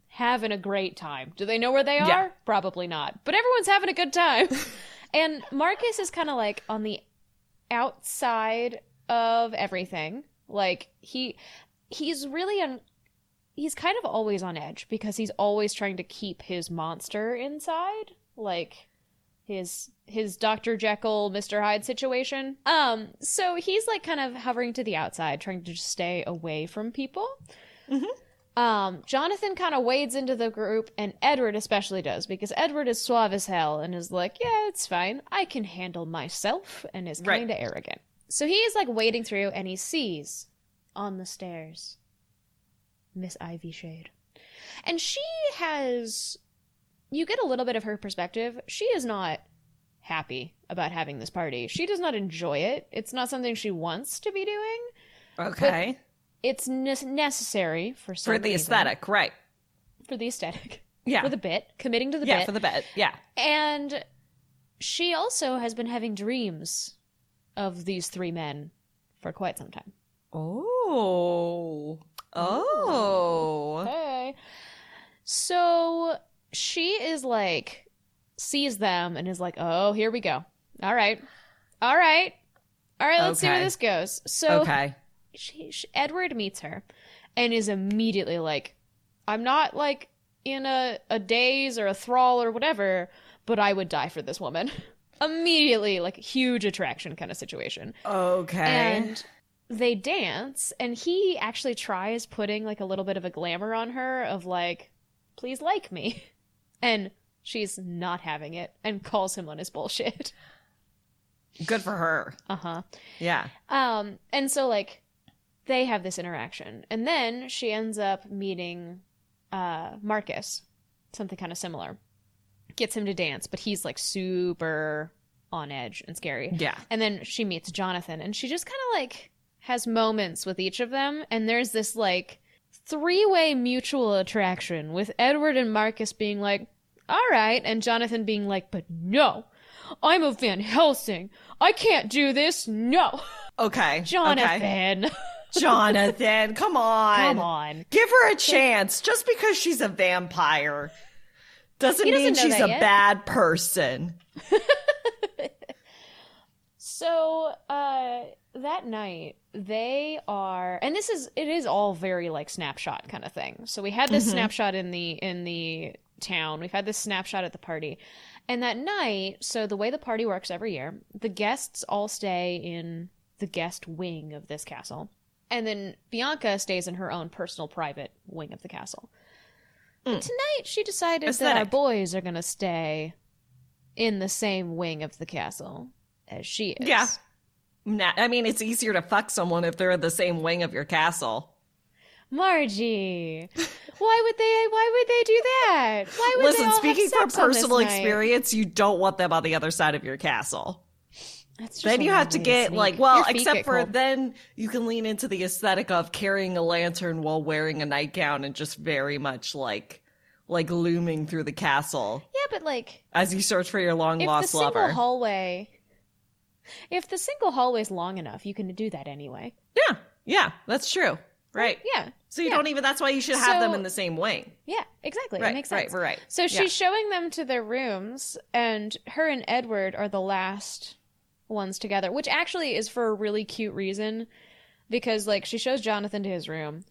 Speaker 1: having a great time. Do they know where they are?
Speaker 3: Yeah.
Speaker 1: Probably not. But everyone's having a good time. and Marcus is kind of like on the outside of everything. Like he he's really on he's kind of always on edge because he's always trying to keep his monster inside. Like his his Dr. Jekyll, Mr. Hyde situation. Um, so he's like kind of hovering to the outside, trying to just stay away from people. Um, Jonathan kind of wades into the group, and Edward especially does because Edward is suave as hell and is like, "Yeah, it's fine. I can handle myself," and is
Speaker 3: Right.
Speaker 1: kind of arrogant. So he is like wading through, and he sees on the stairs Miss Ivy Shade, and she has you get a little bit of her perspective. She is not happy about having this party. She does not enjoy it. It's not something she wants to be doing.
Speaker 3: Okay.
Speaker 1: It's ne- necessary for some
Speaker 3: For the
Speaker 1: reason.
Speaker 3: aesthetic, right.
Speaker 1: For the aesthetic.
Speaker 3: Yeah.
Speaker 1: For the bit. Committing to the
Speaker 3: yeah,
Speaker 1: bit.
Speaker 3: for the bed. Yeah.
Speaker 1: and she also has been having dreams of these three men for quite some time.
Speaker 3: Oh. Oh.
Speaker 1: Okay. So she is like sees them and is like, "Oh, here we go. All right, all right, all right. Let's see where
Speaker 3: Okay.
Speaker 1: this goes." So
Speaker 3: okay.
Speaker 1: she, she, Edward meets her and is immediately like, I'm not like in a, a daze or a thrall or whatever, but I would die for this woman. immediately, like, huge attraction kind of situation.
Speaker 3: Okay.
Speaker 1: And they dance, and he actually tries putting like a little bit of a glamour on her of like, please like me. And she's not having it and calls him on his bullshit.
Speaker 3: Good for her.
Speaker 1: Uh huh.
Speaker 3: Yeah.
Speaker 1: Um, and so like they have this interaction, and then she ends up meeting uh Marcus, something kind of similar. Gets him to dance, but he's like super on edge and scary.
Speaker 3: Yeah.
Speaker 1: And then she meets Jonathan, and she just kind of like has moments with each of them, and there's this like three way mutual attraction with Edward and Marcus being like, all right, and Jonathan being like, but no, I'm a Van Helsing. I can't do this. No.
Speaker 3: Okay. Okay.
Speaker 1: Jonathan.
Speaker 3: Jonathan, come on.
Speaker 1: Come on.
Speaker 3: Give her a chance. Just because she's a vampire doesn't
Speaker 1: He doesn't
Speaker 3: mean
Speaker 1: know
Speaker 3: she's
Speaker 1: that
Speaker 3: a
Speaker 1: yet.
Speaker 3: bad person.
Speaker 1: So, uh, that night, they are, and this is, it is all very like snapshot kind of thing. So we had
Speaker 3: Mm-hmm.
Speaker 1: this snapshot in the, in the town. We've had this snapshot at the party. And that night, so the way the party works every year, the guests all stay in the guest wing of this castle. And then Bianca stays in her own personal private wing of the castle. But tonight, she decided that our
Speaker 3: Mm. Aesthetic.
Speaker 1: boys are going to stay in the same wing of the castle as she is.
Speaker 3: Yeah. Nah, I mean, it's easier to fuck someone if they're in the same wing of your castle.
Speaker 1: Margie, why would they? Why would they do that? Why would they
Speaker 3: Listen,
Speaker 1: all
Speaker 3: speaking
Speaker 1: have
Speaker 3: from
Speaker 1: sex on this
Speaker 3: personal
Speaker 1: night?
Speaker 3: experience, you don't want them on the other side of your castle.
Speaker 1: That's just
Speaker 3: then
Speaker 1: a
Speaker 3: you have to
Speaker 1: lovely
Speaker 3: get
Speaker 1: sneak.
Speaker 3: like, well,
Speaker 1: Your feet
Speaker 3: except
Speaker 1: get
Speaker 3: for
Speaker 1: cold.
Speaker 3: then you can lean into the aesthetic of carrying a lantern while wearing a nightgown and just very much like, like looming through the castle
Speaker 1: yeah, but like
Speaker 3: as you search for your long
Speaker 1: if the
Speaker 3: lost
Speaker 1: single
Speaker 3: lover.
Speaker 1: hallway, if the single hallway's long enough, you can do that anyway.
Speaker 3: yeah, yeah, that's true. Right.
Speaker 1: Yeah,
Speaker 3: So you
Speaker 1: yeah.
Speaker 3: don't even. That's why you should have them
Speaker 1: So-
Speaker 3: in the same wing.
Speaker 1: yeah, exactly.
Speaker 3: Right,
Speaker 1: it makes
Speaker 3: right,
Speaker 1: sense.
Speaker 3: right.
Speaker 1: So she's
Speaker 3: Yeah.
Speaker 1: showing them to their rooms, and her and Edward are the last ones together, which actually is for a really cute reason because, like, she shows Jonathan to his room,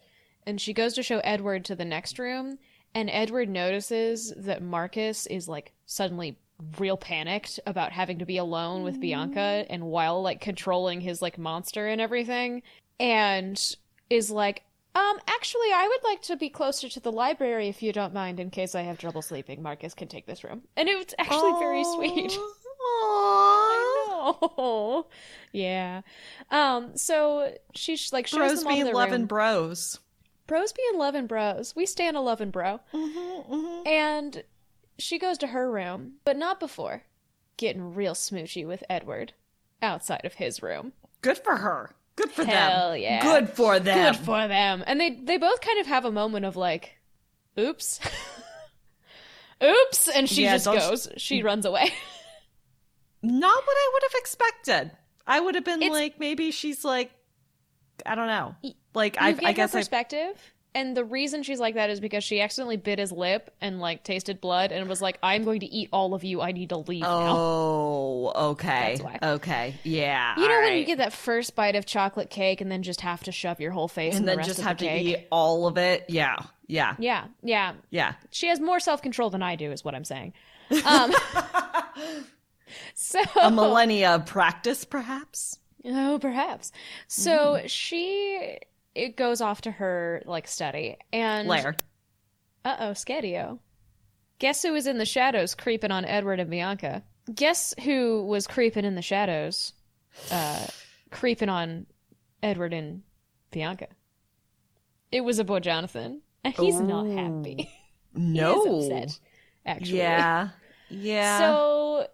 Speaker 1: and she goes to show Edward to the next room, and Edward notices that Marcus is, like, suddenly real panicked about having to be alone with
Speaker 3: Mm.
Speaker 1: Bianca and while, like, controlling his, like, monster and everything, and is like, um, actually, I would like to be closer to the library if you don't mind, in case I have trouble sleeping. Marcus can take this room. And it was actually very sweet.
Speaker 3: Aww.
Speaker 1: Oh, yeah. Um, so she sh- like shows
Speaker 3: Bros
Speaker 1: them all
Speaker 3: be
Speaker 1: to their
Speaker 3: loving
Speaker 1: room.
Speaker 3: bros.
Speaker 1: bros be in love and bros. We stand a love and bro. Mm-hmm, And she goes to her room, but not before getting real smoochy with Edward outside of his room.
Speaker 3: Good for her. Good for
Speaker 1: Hell
Speaker 3: them.
Speaker 1: yeah.
Speaker 3: Good for them.
Speaker 1: Good for them. And they they both kind of have a moment of like, oops. oops, and she
Speaker 3: Yeah,
Speaker 1: just
Speaker 3: don't sh-
Speaker 1: goes. She runs away.
Speaker 3: Not what I would have expected. I would have been
Speaker 1: It's-
Speaker 3: like, maybe she's like, I don't know.
Speaker 1: Y-
Speaker 3: Like
Speaker 1: you
Speaker 3: I,
Speaker 1: get
Speaker 3: I
Speaker 1: her
Speaker 3: guess I.
Speaker 1: perspective, and the reason she's like that is because she accidentally bit his lip and like tasted blood, and was like, "I'm going to eat all of you. I need to leave now."
Speaker 3: Oh, okay,
Speaker 1: That's why.
Speaker 3: okay, yeah.
Speaker 1: You know
Speaker 3: all
Speaker 1: when you
Speaker 3: right.
Speaker 1: get that first bite of chocolate cake, and then just have to shove your whole face in
Speaker 3: and
Speaker 1: the
Speaker 3: then
Speaker 1: rest
Speaker 3: just
Speaker 1: of the
Speaker 3: have to
Speaker 1: cake?
Speaker 3: eat all of it. Yeah, yeah,
Speaker 1: Yeah, yeah.
Speaker 3: yeah.
Speaker 1: She has more self control than I do, is what I'm saying. Um, so
Speaker 3: A millennia of practice, perhaps.
Speaker 1: Oh, perhaps. So
Speaker 3: Mm-hmm.
Speaker 1: she it goes off to her like study and
Speaker 3: Lair.
Speaker 1: Uh oh, Scadio. Guess who was in the shadows creeping on Edward and Bianca? Guess who was creeping in the shadows? Uh creeping on Edward and Bianca. It was a boy Jonathan. And he's not happy.
Speaker 3: No.
Speaker 1: He is upset, actually.
Speaker 3: Yeah, yeah.
Speaker 1: So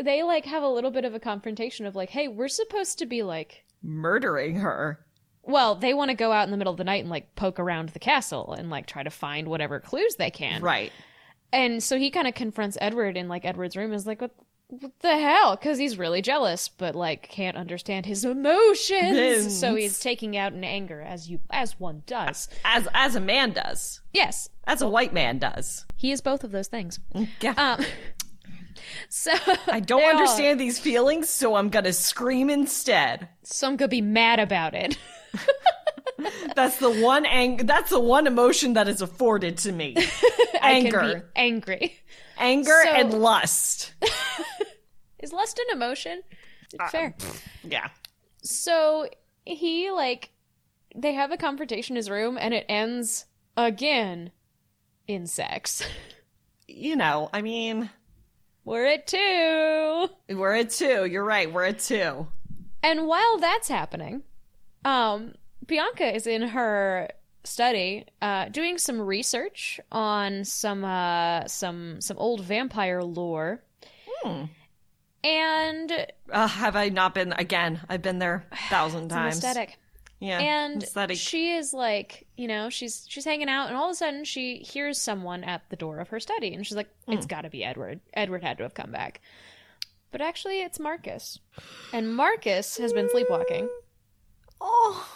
Speaker 1: they like have a little bit of a confrontation of like, hey, we're supposed to be like
Speaker 3: murdering her.
Speaker 1: Well, they want to go out in the middle of the night and like poke around the castle and like try to find whatever clues they can.
Speaker 3: Right.
Speaker 1: And so he kind of confronts Edward in like Edward's room and is like, "What? what the hell? Because he's really jealous, but like can't understand his emotions.
Speaker 3: Yes.
Speaker 1: So he's taking out in anger, as you as one does.
Speaker 3: as as a man does,
Speaker 1: Yes,
Speaker 3: as a white man does.
Speaker 1: he is both of those things.
Speaker 3: Yeah.
Speaker 1: Um, so
Speaker 3: I don't understand these feelings, so I'm gonna scream instead.
Speaker 1: Some could be mad about it.
Speaker 3: That's the one ang- That's the one emotion that is afforded to me: anger,
Speaker 1: I can be angry.
Speaker 3: anger,
Speaker 1: So-
Speaker 3: and lust.
Speaker 1: Is lust an emotion? Fair.
Speaker 3: Yeah.
Speaker 1: So he like they have a confrontation in his room, and it ends again in sex.
Speaker 3: You know, I mean,
Speaker 1: We're at two.
Speaker 3: we're at two. You're right. We're at two.
Speaker 1: And while that's happening, um, Bianca is in her study uh, doing some research on some uh, some some old vampire lore.
Speaker 3: Hmm.
Speaker 1: And
Speaker 3: Uh, have I not been again? I've been there a thousand
Speaker 1: it's an
Speaker 3: times.
Speaker 1: aesthetic.
Speaker 3: Yeah.
Speaker 1: and
Speaker 3: aesthetic.
Speaker 1: she is like you know she's she's hanging out and all of a sudden she hears someone at the door of her study and she's like it's
Speaker 3: Hmm.
Speaker 1: got to be edward edward had to have come back but actually it's marcus and marcus has been sleepwalking
Speaker 3: oh,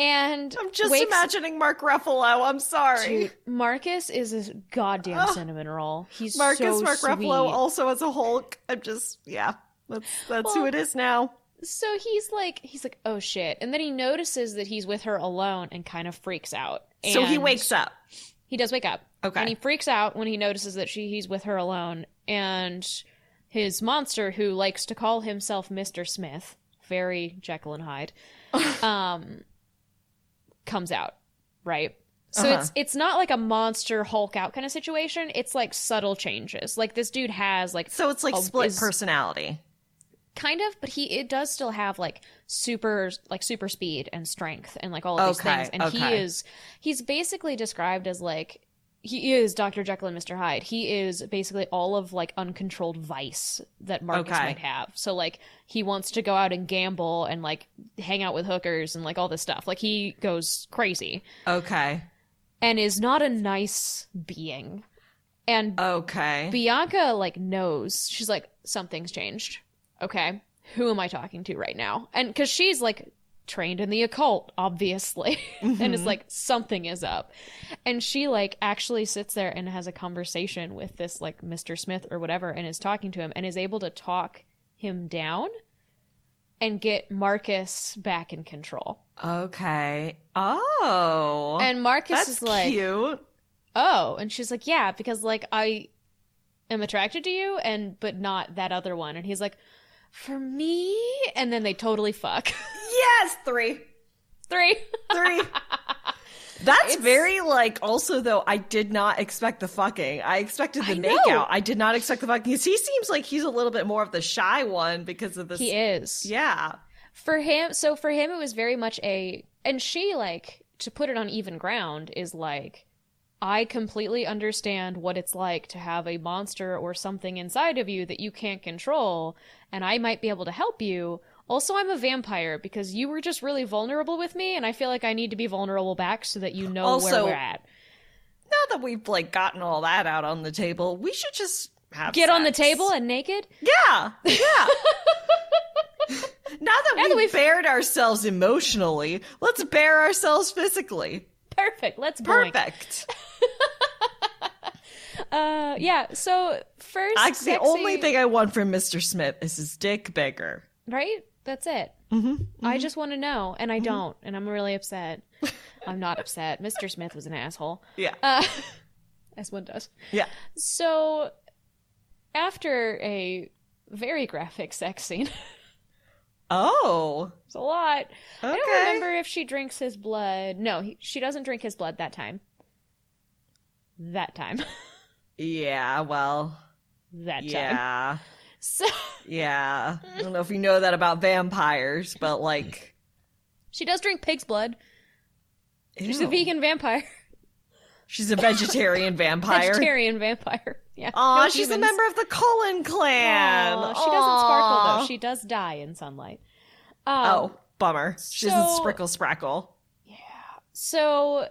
Speaker 1: and
Speaker 3: I'm just
Speaker 1: wakes-
Speaker 3: imagining Mark Ruffalo. I'm sorry.
Speaker 1: Dude, marcus is a goddamn cinnamon roll he's
Speaker 3: Marcus
Speaker 1: so
Speaker 3: Mark
Speaker 1: sweet.
Speaker 3: Ruffalo also as a Hulk. I'm just yeah. That's that's who
Speaker 1: Well-
Speaker 3: it is now.
Speaker 1: so he's like he's like oh shit and then he notices that he's with her alone and kind of freaks out
Speaker 3: so he
Speaker 1: And-
Speaker 3: wakes up.
Speaker 1: He does wake up.
Speaker 3: Okay.
Speaker 1: And he freaks out when he notices that she he's with her alone and his monster who likes to call himself Mr. Smith, very Jekyll and Hyde, um comes out, right? So it's it's not like a monster Hulk out kind of situation. It's like subtle changes. Like this dude has like
Speaker 3: So it's like
Speaker 1: Oh,
Speaker 3: split
Speaker 1: is-
Speaker 3: personality.
Speaker 1: kind of, but he it does still have like super like super speed and strength and like all of
Speaker 3: Okay,
Speaker 1: these things. And he
Speaker 3: okay.
Speaker 1: is he's basically described as like he is Dr. Jekyll and Mr. Hyde. He is basically all of like uncontrolled vice that Marcus
Speaker 3: Okay.
Speaker 1: might have. So like he wants to go out and gamble and like hang out with hookers and like all this stuff. Like he goes crazy
Speaker 3: Okay.
Speaker 1: and is not a nice being. And
Speaker 3: Okay.
Speaker 1: Bianca like knows. She's like something's changed. Okay. Who am I talking to right now? And cuz she's like trained in the occult obviously and
Speaker 3: Mm-hmm.
Speaker 1: it's like something is up. And she like actually sits there and has a conversation with this like Mr. Smith or whatever and is talking to him and is able to talk him down and get Marcus back in control.
Speaker 3: Mm-hmm. okay. Oh.
Speaker 1: and Marcus
Speaker 3: that's
Speaker 1: is like
Speaker 3: cute.
Speaker 1: oh and she's like yeah because like i am attracted to you and but not that other one and he's like for me and then they totally fuck
Speaker 3: Yes, three.
Speaker 1: three
Speaker 3: Three. That's very like also though I did not expect the fucking. I expected the
Speaker 1: I know.
Speaker 3: makeout. I did not expect the fucking cuz he seems like he's a little bit more of the shy one because of this
Speaker 1: he is
Speaker 3: Yeah.
Speaker 1: for him so for him it was very much a and she like to put it on even ground is like i completely understand what it's like to have a monster or something inside of you that you can't control and i might be able to help you also i'm a vampire because you were just really vulnerable with me and i feel like i need to be vulnerable back so that you know where
Speaker 3: Also,
Speaker 1: we're at
Speaker 3: Now that we've like gotten all that out on the table, we should just have
Speaker 1: get on the
Speaker 3: sex.
Speaker 1: table and naked
Speaker 3: Yeah, yeah. now that we've,
Speaker 1: we've-
Speaker 3: bared ourselves emotionally, let's bear ourselves physically.
Speaker 1: perfect let's go
Speaker 3: Perfect.
Speaker 1: uh yeah so first
Speaker 3: I,
Speaker 1: sexy,
Speaker 3: the only thing I want from Mr. Smith is his dick bigger.
Speaker 1: right that's it
Speaker 3: Mm-hmm.
Speaker 1: I just want to know, and I don't, and I'm really upset. I'm not upset. Mr. Smith was an asshole,
Speaker 3: Yeah,
Speaker 1: uh, as one does.
Speaker 3: yeah.
Speaker 1: So, after a very graphic sex scene,
Speaker 3: Oh,
Speaker 1: it's a lot.
Speaker 3: okay.
Speaker 1: I don't remember if she drinks his blood. No, he, she doesn't drink his blood that time. That time.
Speaker 3: Yeah, well,
Speaker 1: that time.
Speaker 3: yeah,
Speaker 1: So
Speaker 3: yeah. I don't know if you know that about vampires, but like,
Speaker 1: she does drink pig's blood. She's
Speaker 3: ew.
Speaker 1: a vegan vampire,
Speaker 3: She's a vegetarian vampire.
Speaker 1: vegetarian vampire. Yeah.
Speaker 3: Aw,
Speaker 1: No
Speaker 3: she's a
Speaker 1: humans.
Speaker 3: member of the Cullen clan.
Speaker 1: Aw, she doesn't sparkle
Speaker 3: Aw.
Speaker 1: though. She does die in sunlight. Um,
Speaker 3: oh, bummer. She doesn't
Speaker 1: so-
Speaker 3: sprinkle sprackle.
Speaker 1: So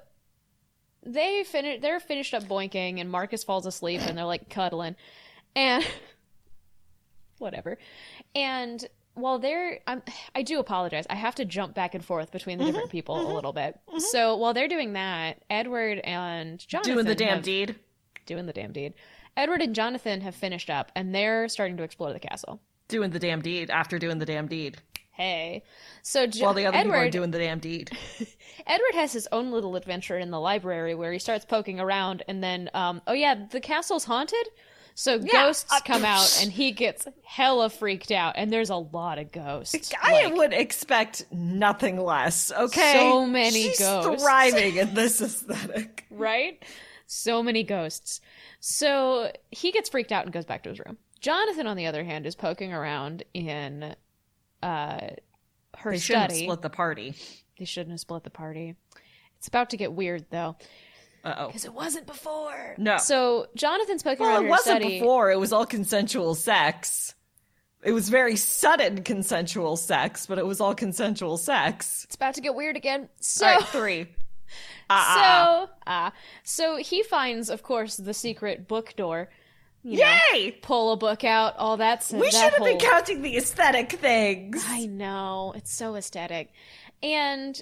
Speaker 1: they finish they're finished up boinking and Marcus falls asleep and they're like cuddling. And whatever. And while they're, I'm, I do apologize. I have to jump back and forth between
Speaker 3: Mm-hmm.
Speaker 1: the different people a little bit. So while they're doing that, Edward and Jonathan
Speaker 3: Doing the damn
Speaker 1: have-
Speaker 3: deed.
Speaker 1: doing the damn deed. Edward and Jonathan have finished up, and they're starting to explore the castle.
Speaker 3: Doing the damn deed after doing the damn deed.
Speaker 1: Hey, so jo-
Speaker 3: While the other people are
Speaker 1: Edward
Speaker 3: doing the damn deed.
Speaker 1: Edward has his own little adventure in the library where he starts poking around, and then um, oh yeah, the castle's haunted. So ghosts
Speaker 3: uh,
Speaker 1: come out, and he gets hella freaked out. And there's a lot of ghosts.
Speaker 3: I
Speaker 1: Like,
Speaker 3: would expect nothing less. Okay,
Speaker 1: So many
Speaker 3: She's
Speaker 1: ghosts.
Speaker 3: thriving in this aesthetic.
Speaker 1: right? So many ghosts. So he gets freaked out and goes back to his room. Jonathan, on the other hand, is poking around in uh, her
Speaker 3: They should have
Speaker 1: study.
Speaker 3: split the party.
Speaker 1: They shouldn't have split the party. It's about to get weird though,
Speaker 3: Uh oh.
Speaker 1: because it wasn't before.
Speaker 3: No.
Speaker 1: So Jonathan's poking
Speaker 3: Well,
Speaker 1: around
Speaker 3: it
Speaker 1: her
Speaker 3: wasn't
Speaker 1: study.
Speaker 3: before. It was all consensual sex. It was very sudden consensual sex, but it was all consensual sex.
Speaker 1: It's about to get weird again. So.
Speaker 3: All right, three.
Speaker 1: So,
Speaker 3: Ah,
Speaker 1: ah. so he finds, of course, the secret book door. You know,
Speaker 3: ah, ah. Yay!
Speaker 1: pull a book out, all that's
Speaker 3: We
Speaker 1: that
Speaker 3: should have
Speaker 1: whole-
Speaker 3: been counting the aesthetic things.
Speaker 1: I know. It's so aesthetic. And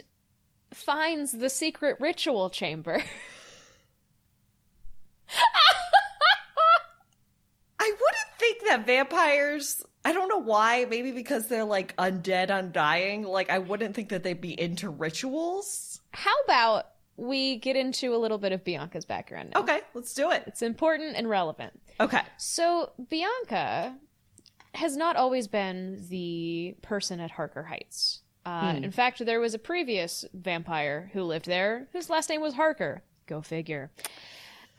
Speaker 1: finds the secret ritual chamber.
Speaker 3: I wouldn't think that vampires. I don't know why. Maybe because they're like undead, undying. Like I wouldn't think that they'd be into rituals.
Speaker 1: How about we get into a little bit of Bianca's background now?
Speaker 3: Okay, let's do it.
Speaker 1: It's important and relevant.
Speaker 3: Okay.
Speaker 1: So, Bianca has not always been the person at Harker Heights. Uh, In fact, there was a previous vampire who lived there whose last name was Harker. Go figure.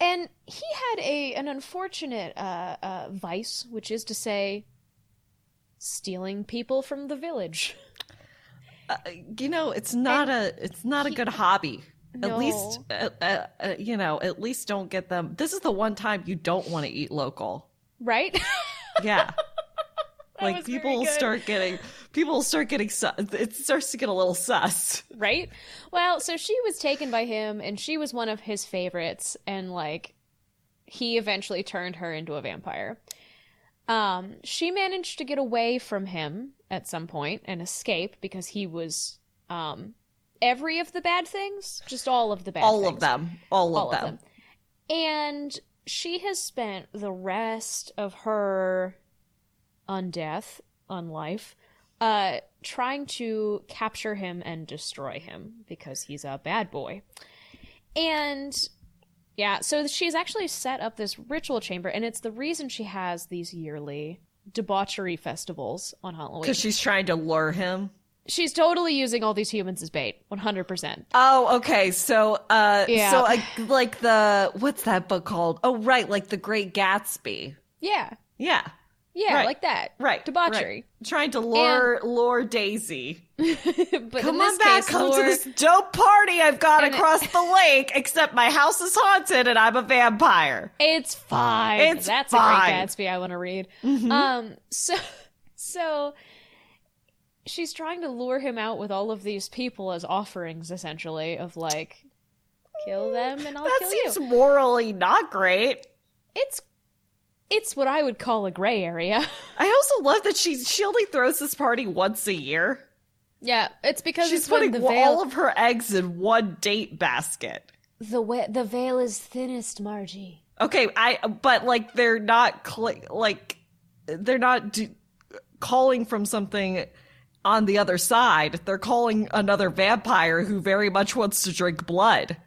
Speaker 1: And he had a an unfortunate uh, uh, vice, which is to say, stealing people from the village.
Speaker 3: Uh, you know, it's not a it's not a good hobby. At
Speaker 1: No.
Speaker 3: least, uh, uh, uh, you know, at least don't get them. This is the one time you don't want to eat local.
Speaker 1: Right?
Speaker 3: Yeah. like
Speaker 1: was very
Speaker 3: people will
Speaker 1: good.
Speaker 3: start getting people will start getting su- it starts to get a little sus.
Speaker 1: right? Well, so she was taken by him, and she was one of his favorites, and like he eventually turned her into a vampire. Um, she managed to get away from him at some point and escape because he was um every of the bad things, just all of the bad,
Speaker 3: All of
Speaker 1: things.
Speaker 3: them. All,
Speaker 1: all
Speaker 3: of them.
Speaker 1: and she has spent the rest of her undeath, unlife, uh, trying to capture him and destroy him because he's a bad boy. And yeah, so she's actually set up this ritual chamber, and it's the reason she has these yearly debauchery festivals on Halloween.
Speaker 3: Because she's trying to lure him.
Speaker 1: She's totally using all these humans as bait, 100%.
Speaker 3: Oh, okay. So, uh,
Speaker 1: Yeah.
Speaker 3: so like, like the what's that book called? Oh, right, like the Great Gatsby.
Speaker 1: Yeah,
Speaker 3: Yeah,
Speaker 1: yeah,
Speaker 3: Right.
Speaker 1: like that.
Speaker 3: right.
Speaker 1: Debauchery.
Speaker 3: right. Trying to lure lure Daisy.
Speaker 1: but in
Speaker 3: Come
Speaker 1: this
Speaker 3: on back.
Speaker 1: case,
Speaker 3: Come to
Speaker 1: Lore-
Speaker 3: this dope party I've got
Speaker 1: And it-
Speaker 3: across the lake. Except my house is haunted and I'm a vampire.
Speaker 1: It's fine.
Speaker 3: It's
Speaker 1: That's
Speaker 3: fine. Mm-hmm.
Speaker 1: a great Gatsby I want to read. Um, so, so she's trying to lure him out with all of these people as offerings, essentially, of like, kill them and I'll
Speaker 3: that
Speaker 1: kill
Speaker 3: seems
Speaker 1: you.
Speaker 3: morally not great.
Speaker 1: It's it's what I would call a gray area.
Speaker 3: I also love that she she only throws this party once a year.
Speaker 1: yeah, it's because
Speaker 3: She's
Speaker 1: it's when
Speaker 3: putting
Speaker 1: the
Speaker 3: all
Speaker 1: veil
Speaker 3: of her eggs in one date basket.
Speaker 1: the we- the veil is thinnest, Margie.
Speaker 3: Okay, I but like they're not cl- like they're not d- calling from something on the other side. They're calling another vampire who very much wants to drink blood.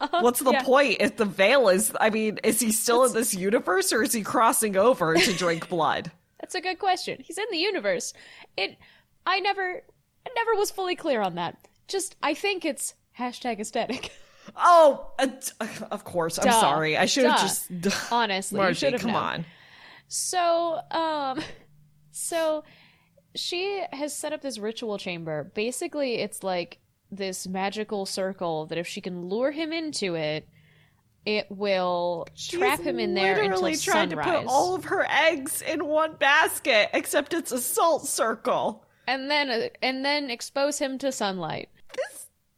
Speaker 1: Oh,
Speaker 3: What's the point if the veil is? I mean, is he still in this universe or is he crossing over to drink blood?
Speaker 1: That's a good question. He's in the universe. It I never I never was fully clear on that. Just I think it's hashtag aesthetic.
Speaker 3: Oh, uh, t- of course. I'm
Speaker 1: Duh.
Speaker 3: sorry. I should have
Speaker 1: Duh.
Speaker 3: just. Duh.
Speaker 1: Honestly, you
Speaker 3: Margie,
Speaker 1: should have
Speaker 3: come
Speaker 1: known.
Speaker 3: on.
Speaker 1: So, um, so she has set up this ritual chamber. Basically, it's like this magical circle that if she can lure him into it, it will trap
Speaker 3: She's
Speaker 1: him in there until
Speaker 3: literally trying
Speaker 1: sunrise.
Speaker 3: to put all of her eggs in one basket, except it's a salt circle.
Speaker 1: And then, and then expose him to sunlight.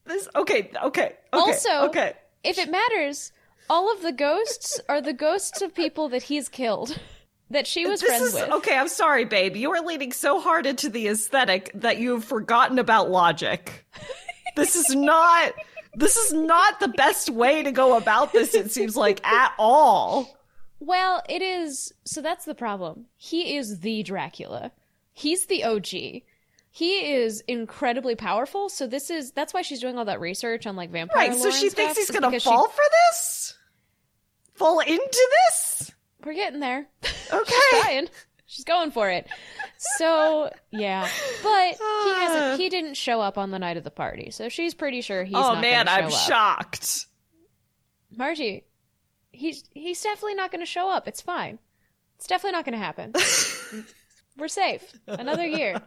Speaker 3: This okay, okay, okay.
Speaker 1: Also-
Speaker 3: okay.
Speaker 1: If it matters, all of the ghosts are the ghosts of people that he's killed. that she was
Speaker 3: This
Speaker 1: friends
Speaker 3: is-
Speaker 1: with.
Speaker 3: Okay, I'm sorry, babe. You are leaning so hard into the aesthetic that you've forgotten about logic. This is not this is not the best way to go about this, it seems like, at all.
Speaker 1: Well, it is. So that's the problem. He is the Dracula. He's the OG. He is incredibly powerful. So this is that's why she's doing all that research on like vampire.
Speaker 3: Right, so
Speaker 1: lore
Speaker 3: she
Speaker 1: and
Speaker 3: thinks
Speaker 1: stuff,
Speaker 3: he's
Speaker 1: is
Speaker 3: gonna
Speaker 1: because she-
Speaker 3: fall for this? Fall into this?
Speaker 1: We're getting there. She's
Speaker 3: Okay.
Speaker 1: trying. She's going for it. So yeah, but he
Speaker 3: Ah.
Speaker 1: hasn't. He didn't show up on the night of the party. So she's pretty sure he's.
Speaker 3: oh
Speaker 1: not
Speaker 3: man,
Speaker 1: gonna
Speaker 3: I'm
Speaker 1: show up.
Speaker 3: shocked.
Speaker 1: Margie, he's he's definitely not going to show up. It's fine. It's definitely not going to happen. We're safe. Another year.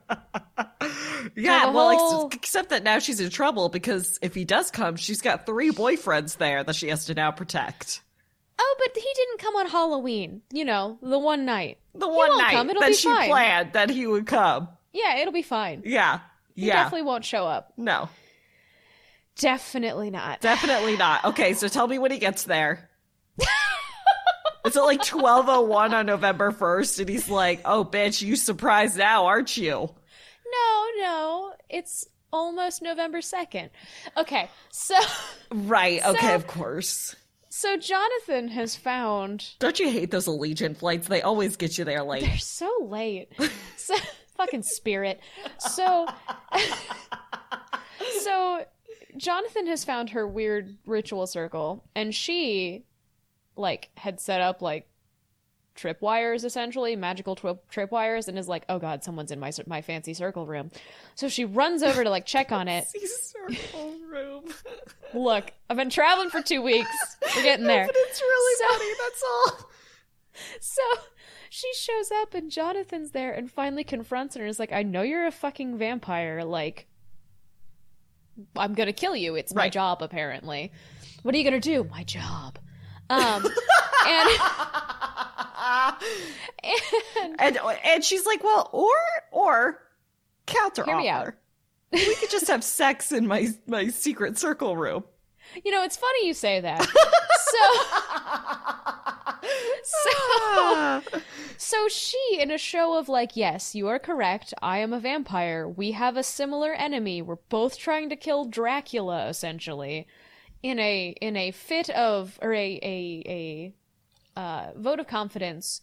Speaker 3: Yeah,
Speaker 1: the
Speaker 3: well, ex-
Speaker 1: whole-
Speaker 3: except that now she's in trouble because if he does come, she's got three boyfriends there that she has to now protect.
Speaker 1: Oh, but he didn't come on Halloween. You know, the one night.
Speaker 3: The one
Speaker 1: won't
Speaker 3: night
Speaker 1: come, it'll
Speaker 3: that
Speaker 1: be
Speaker 3: she
Speaker 1: fine.
Speaker 3: planned that he would come.
Speaker 1: Yeah, it'll be fine.
Speaker 3: Yeah.
Speaker 1: He
Speaker 3: yeah.
Speaker 1: definitely won't show up.
Speaker 3: no.
Speaker 1: Definitely not.
Speaker 3: Definitely not. Okay, so tell me when he gets there. it's at like 1201 on November 1st, and he's like, oh, bitch, you surprised now, aren't you?
Speaker 1: no, no. It's almost November 2nd. Okay. So
Speaker 3: Right. Okay,
Speaker 1: So-
Speaker 3: of course.
Speaker 1: so Jonathan has found
Speaker 3: Don't you hate those Allegiant flights? They always get you there late.
Speaker 1: They're so late. So fucking spirit. So So Jonathan has found her weird ritual circle and she like had set up like tripwires essentially, magical trip tripwires and is like, "Oh god, someone's in my cir- my fancy circle room." So she runs over to like check on it.
Speaker 3: These circle room.
Speaker 1: Look, I've been traveling for 2 weeks. We're getting there.
Speaker 3: But it's really
Speaker 1: So-
Speaker 3: funny, that's all.
Speaker 1: So she shows up and Jonathan's there and finally confronts her and is like, I know you're a fucking vampire. Like, I'm going to kill you. It's my
Speaker 3: Right.
Speaker 1: job, apparently. What are you going to do? My job. Um, and, and
Speaker 3: And and she's like, well, or or counter
Speaker 1: Hear me out.
Speaker 3: offer. We could just have sex in my my secret circle room.
Speaker 1: you know, it's funny you say that. so, so,
Speaker 3: Ah.
Speaker 1: so she, in a show of like, yes, you are correct. I am a vampire. We have a similar enemy. We're both trying to kill Dracula, essentially. in a in a fit of or a a a uh, vote of confidence,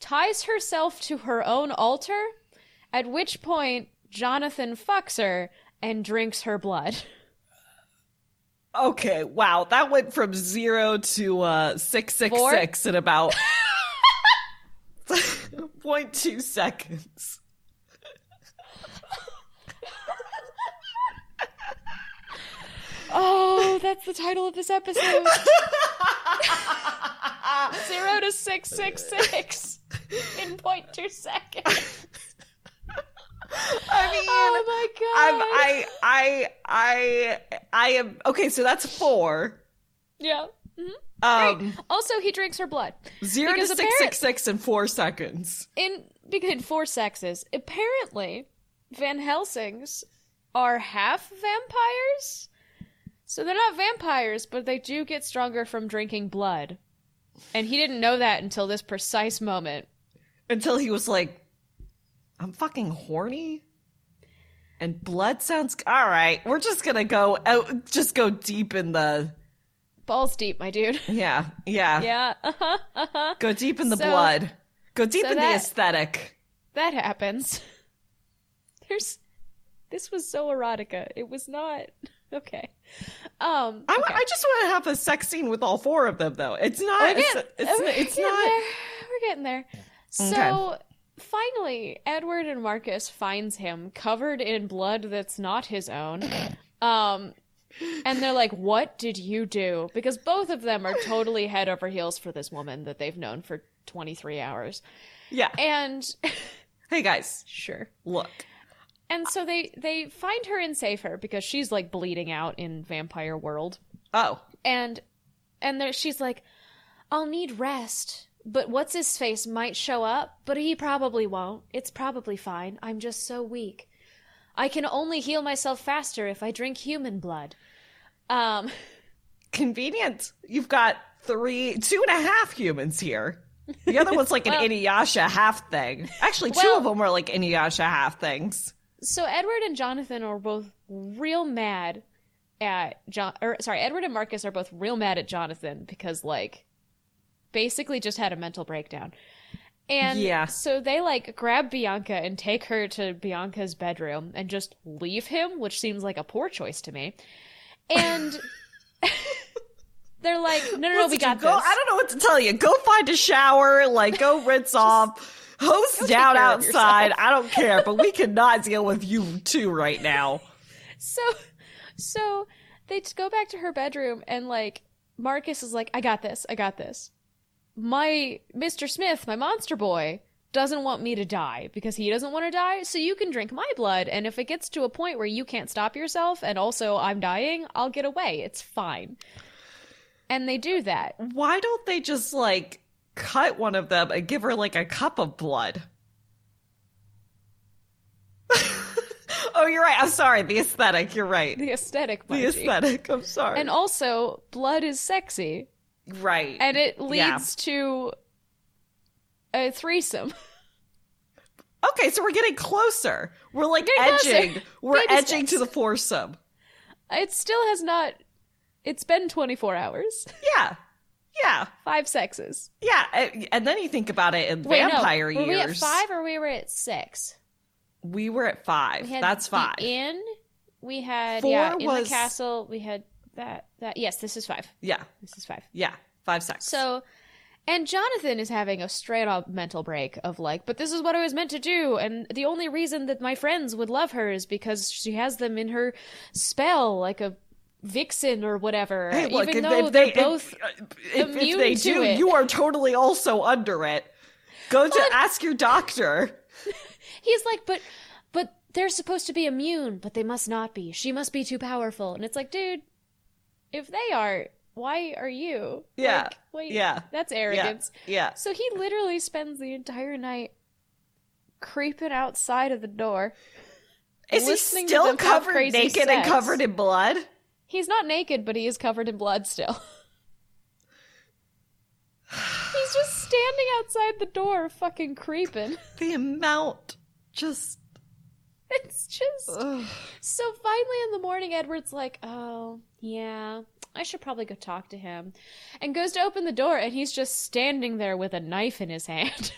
Speaker 1: ties herself to her own altar, at which point Jonathan fucks her and drinks her blood.
Speaker 3: okay, wow, that went from zero to uh six six six in about point two seconds.
Speaker 1: Oh, that's the title of this episode. Zero to six six six in point two seconds.
Speaker 3: I mean,
Speaker 1: Oh my god!
Speaker 3: I'm, I I I I am okay. So that's four.
Speaker 1: yeah. Mhm.
Speaker 3: Um,
Speaker 1: Also, he drinks her blood.
Speaker 3: zero to
Speaker 1: Because
Speaker 3: six six six in four seconds.
Speaker 1: in because four sexes apparently van helsings are half vampires so they're not vampires but they do get stronger from drinking blood and he didn't know that until this precise moment
Speaker 3: until he was like, I'm fucking horny. And blood sounds all right. We're just gonna go out, just go deep in the
Speaker 1: balls deep my dude
Speaker 3: yeah, yeah,
Speaker 1: yeah uh-huh, uh-huh.
Speaker 3: Go deep in the
Speaker 1: So-
Speaker 3: blood. Go deep
Speaker 1: so
Speaker 3: in the
Speaker 1: that-
Speaker 3: aesthetic.
Speaker 1: that happens there's this was so erotica it was not okay um
Speaker 3: I, wa-
Speaker 1: okay. Oh,
Speaker 3: I just want to have a sex scene with all four of them, though. It's not.
Speaker 1: We're
Speaker 3: It's,
Speaker 1: getting,
Speaker 3: it's,
Speaker 1: we're
Speaker 3: it's
Speaker 1: getting
Speaker 3: not.
Speaker 1: There. We're getting there. So finally, Edward and Marcus finds him covered in blood that's not his own. Um, and they're like, "What did you do?" Because both of them are totally head over heels for this woman that they've known for 23 hours.
Speaker 3: Yeah.
Speaker 1: And
Speaker 3: Hey guys,
Speaker 1: sure.
Speaker 3: look.
Speaker 1: And so they they find her and save her because she's like bleeding out in vampire world.
Speaker 3: Oh,
Speaker 1: and and there she's like i'll need rest but what's his face might show up but he probably won't it's probably fine i'm just so weak i can only heal myself faster if i drink human blood um
Speaker 3: convenient. You've got three, two and a half humans here. The other one's like an Inuyasha half thing. Actually, two
Speaker 1: Well-
Speaker 3: of them are like Inuyasha half things.
Speaker 1: So Edward and Jonathan are both real mad at John or sorry, Edward and Marcus are both real mad at Jonathan because like basically just had a mental breakdown. And
Speaker 3: Yeah.
Speaker 1: so they like grab Bianca and take her to Bianca's bedroom and just leave him, which seems like a poor choice to me. And they're like, "No, no, no, we
Speaker 3: Listen,
Speaker 1: got
Speaker 3: go,
Speaker 1: this."
Speaker 3: I don't know what to tell you. Go find a shower, like go rinse off, hose down
Speaker 1: care of
Speaker 3: outside. I don't care, but we cannot deal with you two right now.
Speaker 1: So, so they t- go back to her bedroom, and like Marcus is like, "I got this. I got this." My Mr. Smith, my monster boy, doesn't want me to die because he doesn't want to die. So you can drink my blood, and if it gets to a point where you can't stop yourself, and also I'm dying, I'll get away. It's fine. And they do that.
Speaker 3: Why don't they just like cut one of them and give her like a cup of blood? oh, you're right. I'm sorry. The aesthetic. You're right.
Speaker 1: The aesthetic,
Speaker 3: The
Speaker 1: Margie.
Speaker 3: aesthetic. I'm sorry.
Speaker 1: and also blood is sexy,
Speaker 3: right.
Speaker 1: and it
Speaker 3: Yeah.
Speaker 1: leads to a threesome.
Speaker 3: Okay, so we're getting closer. We're like
Speaker 1: Getting closer.
Speaker 3: edging. We're
Speaker 1: Baby
Speaker 3: edging to
Speaker 1: steps.
Speaker 3: the foursome.
Speaker 1: It still has not. It's been 24 hours.
Speaker 3: Yeah. Yeah.
Speaker 1: Five sexes.
Speaker 3: Yeah. And, and then you think about it in
Speaker 1: Wait, no.
Speaker 3: vampire
Speaker 1: Were
Speaker 3: years.
Speaker 1: we at five or we were at six?
Speaker 3: We were at five.
Speaker 1: We had
Speaker 3: That's
Speaker 1: the
Speaker 3: five.
Speaker 1: Inn. We had
Speaker 3: Four
Speaker 1: yeah in
Speaker 3: was-
Speaker 1: the castle. We had that that. Yes, this is five.
Speaker 3: Yeah.
Speaker 1: This is five.
Speaker 3: Yeah. Five sex.
Speaker 1: So, and Jonathan is having a straight up mental break of like, but this is what I was meant to do, and the only reason that my friends would love her is because she has them in her spell, like a vixen or whatever.
Speaker 3: Hey, look,
Speaker 1: even
Speaker 3: if,
Speaker 1: though
Speaker 3: if
Speaker 1: they're
Speaker 3: they
Speaker 1: both.
Speaker 3: if, if, if
Speaker 1: immune
Speaker 3: they
Speaker 1: to
Speaker 3: do,
Speaker 1: it.
Speaker 3: you are totally also under it. Go to ask your doctor.
Speaker 1: he's like, but, but they're supposed to be immune, but they must not be. She must be too powerful. And it's like, dude, if they are, why are you?
Speaker 3: Yeah.
Speaker 1: Like, wait,
Speaker 3: Yeah.
Speaker 1: That's arrogance.
Speaker 3: Yeah.
Speaker 1: So he literally spends the entire night creeping outside of the door.
Speaker 3: Is he
Speaker 1: Listening to
Speaker 3: still
Speaker 1: them have
Speaker 3: covered
Speaker 1: crazy
Speaker 3: naked and
Speaker 1: sex.
Speaker 3: covered in blood?
Speaker 1: He's not naked, but he is covered in blood still. He's just standing outside the door, fucking creeping.
Speaker 3: The amount just.
Speaker 1: It's just.
Speaker 3: ugh.
Speaker 1: So finally in the morning, Edward's like, oh, yeah, I should probably go talk to him. And goes to open the door, and he's just standing there with a knife in his hand.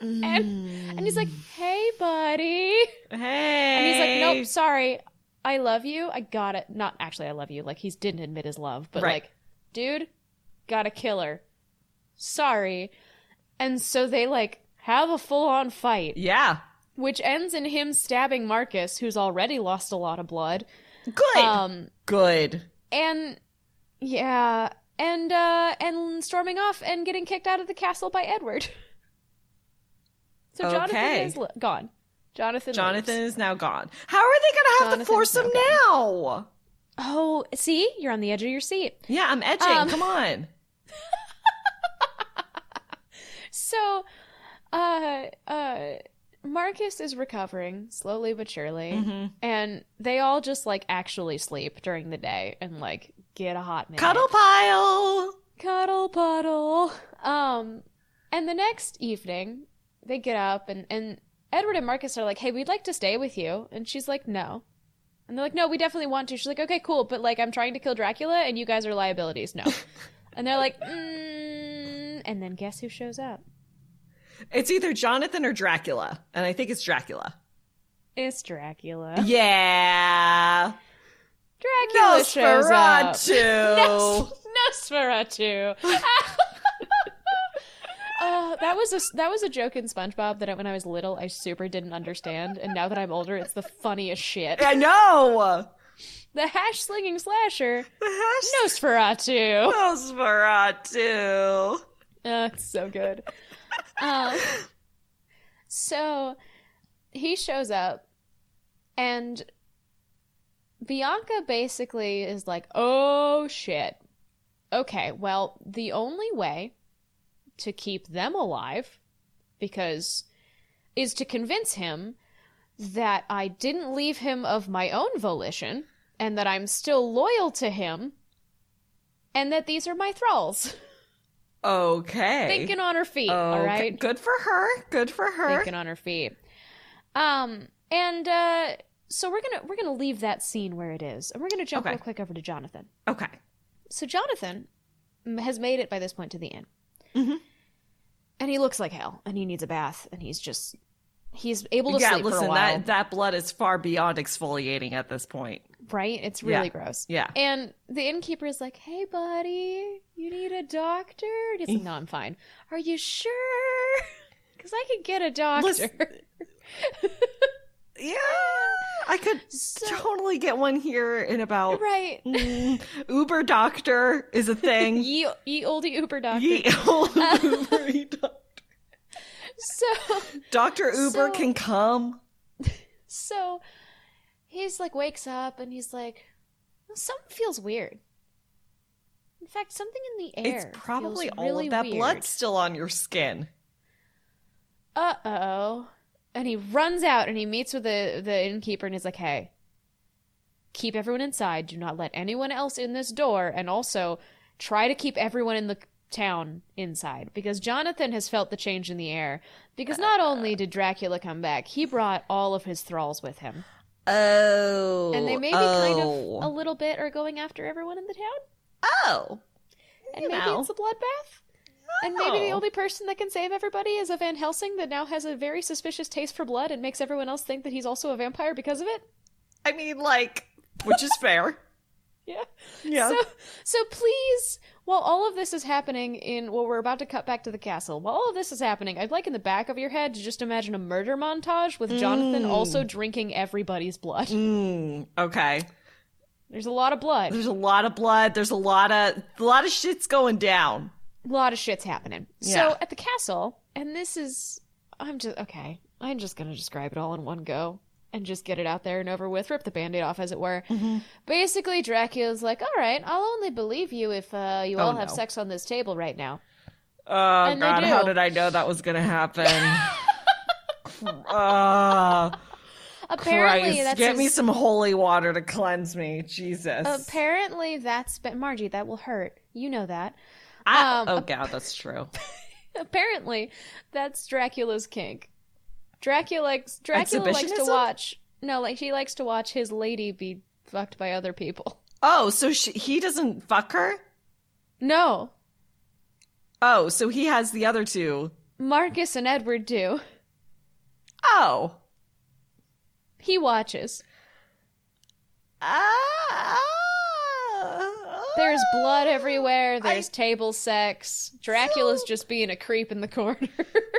Speaker 1: and, and he's like, hey, buddy.
Speaker 3: Hey.
Speaker 1: And he's like, nope, sorry. I love you. I got it. Not actually, I love you. Like, he didn't admit his love, but
Speaker 3: Right.
Speaker 1: like, dude, gotta kill her. Sorry. And so they like have a full on fight
Speaker 3: Yeah.
Speaker 1: which ends in him stabbing Marcus, who's already lost a lot of blood.
Speaker 3: Good.
Speaker 1: Um,
Speaker 3: Good.
Speaker 1: and yeah, and uh, and storming off and getting kicked out of the castle by Edward. So Jonathan
Speaker 3: Okay.
Speaker 1: is l- gone. Jonathan.
Speaker 3: Jonathan
Speaker 1: leaves.
Speaker 3: is now gone. How are they going to have to
Speaker 1: Jonathan's
Speaker 3: force him now?
Speaker 1: Oh, see, you're on the edge of your seat.
Speaker 3: Yeah, I'm edging.
Speaker 1: Um,
Speaker 3: Come on.
Speaker 1: So, uh, uh, Marcus is recovering slowly but surely,
Speaker 3: Mm-hmm.
Speaker 1: and they all just like actually sleep during the day and like get a hot minute.
Speaker 3: Cuddle pile.
Speaker 1: cuddle puddle. Um, and the next evening, they get up and and Edward and Marcus are like, "Hey, we'd like to stay with you," and she's like, "No," and they're like, "No, we definitely want to." She's like, "Okay, cool, but like, I'm trying to kill Dracula, and you guys are liabilities." No, and they're like, mm, and then guess who shows up?
Speaker 3: It's either Jonathan or Dracula, and I think it's Dracula.
Speaker 1: It's Dracula.
Speaker 3: Yeah.
Speaker 1: Dracula shows up.
Speaker 3: Nosferatu.
Speaker 1: Nosferatu. Uh, that was a that was a joke in SpongeBob that I, when I was little I super didn't understand, and now that I'm older, it's the funniest shit.
Speaker 3: I know.
Speaker 1: The hash slinging slasher,
Speaker 3: The hash
Speaker 1: Nosferatu.
Speaker 3: Nosferatu.
Speaker 1: Uh, it's so good. Um, so he shows up, and Bianca basically is like, oh shit. Okay, well, the only way to keep them alive, because, is to convince him that I didn't leave him of my own volition, and that I'm still loyal to him, and that these are my thralls.
Speaker 3: Okay.
Speaker 1: Thinking on her feet, all
Speaker 3: Okay.
Speaker 1: right?
Speaker 3: Good for her. Good for her.
Speaker 1: Thinking on her feet. Um, and uh, so we're gonna we're gonna leave that scene where it is, and we're gonna jump
Speaker 3: Okay.
Speaker 1: real quick over to Jonathan.
Speaker 3: Okay.
Speaker 1: So Jonathan m- has made it by this point to the inn.
Speaker 3: Mhm.
Speaker 1: And he looks like hell, and he needs a bath, and he's just he's able to
Speaker 3: yeah,
Speaker 1: sleep for a
Speaker 3: listen,
Speaker 1: while.
Speaker 3: that that blood is far beyond exfoliating at this point.
Speaker 1: right? It's
Speaker 3: Yeah.
Speaker 1: really gross.
Speaker 3: Yeah.
Speaker 1: And the innkeeper is like, "Hey, buddy, you need a doctor?" And he's
Speaker 3: Eh.
Speaker 1: like, "No, I'm fine." Are you sure? Because I could get a doctor.
Speaker 3: Listen- Yeah. I could
Speaker 1: So-
Speaker 3: totally get one here in about
Speaker 1: right?
Speaker 3: Mm, Uber doctor is a thing.
Speaker 1: Ye, ye olde Uber doctor.
Speaker 3: Ye old Uber doc-
Speaker 1: So
Speaker 3: Dr. Uber
Speaker 1: So-
Speaker 3: can come.
Speaker 1: So he's like wakes up and he's like, something feels weird. In fact, something in the air.
Speaker 3: It's probably
Speaker 1: feels
Speaker 3: all
Speaker 1: really
Speaker 3: of that blood
Speaker 1: weird.
Speaker 3: still on your skin.
Speaker 1: Uh oh. And he runs out and he meets with the the innkeeper and he's like, hey, keep everyone inside. Do not let anyone else in this door. And also try to keep everyone in the town inside because Jonathan has felt the change in the air. Because not only did Dracula come back, he brought all of his thralls with him.
Speaker 3: Oh.
Speaker 1: and they maybe kind of a little bit are going after everyone in the town,
Speaker 3: Oh.
Speaker 1: and
Speaker 3: You
Speaker 1: maybe
Speaker 3: know.
Speaker 1: it's a bloodbath. And maybe the
Speaker 3: Oh.
Speaker 1: only person that can save everybody is a Van Helsing that now has a very suspicious taste for blood and makes everyone else think that he's also a vampire because of it.
Speaker 3: I mean, like, which is fair.
Speaker 1: Yeah.
Speaker 3: Yeah.
Speaker 1: So, so please, while all of this is happening in, well, we're about to cut back to the castle. While all of this is happening, I'd like in the back of your head to just imagine a murder montage with Jonathan also drinking everybody's blood.
Speaker 3: Mm, okay.
Speaker 1: There's a lot of blood.
Speaker 3: There's a lot of blood. There's a lot of a lot of shit's going down.
Speaker 1: a lot of shit's happening.
Speaker 3: Yeah.
Speaker 1: So at the castle, and this is I'm just okay. I'm just gonna describe it all in one go and just get it out there and over with. Rip the band-aid off, as it were.
Speaker 3: Mm-hmm.
Speaker 1: Basically, Dracula's like, "All right, I'll only believe you if uh, you
Speaker 3: Oh,
Speaker 1: all have
Speaker 3: no.
Speaker 1: sex on this table right now."
Speaker 3: Oh
Speaker 1: they
Speaker 3: God!
Speaker 1: do.
Speaker 3: How did I know that was gonna happen? Ah,
Speaker 1: Apparently,
Speaker 3: Christ!
Speaker 1: that's
Speaker 3: Get
Speaker 1: his-
Speaker 3: me some holy water to cleanse me, Jesus.
Speaker 1: Apparently, that's but Margie. That will hurt. You know that.
Speaker 3: I-
Speaker 1: um,
Speaker 3: oh God, that's true.
Speaker 1: Apparently, that's Dracula's kink. Dracula likes Dracula likes to
Speaker 3: Exhibitionism?
Speaker 1: watch. No, like he likes to watch his lady be fucked by other people.
Speaker 3: Oh, so she, he doesn't fuck her.
Speaker 1: No,
Speaker 3: Oh, so he has the other two.
Speaker 1: Marcus and Edward do.
Speaker 3: Oh.
Speaker 1: He watches.
Speaker 3: Ah.
Speaker 1: There's blood everywhere. There's
Speaker 3: I-
Speaker 1: table sex. Dracula's just being a creep in the corner.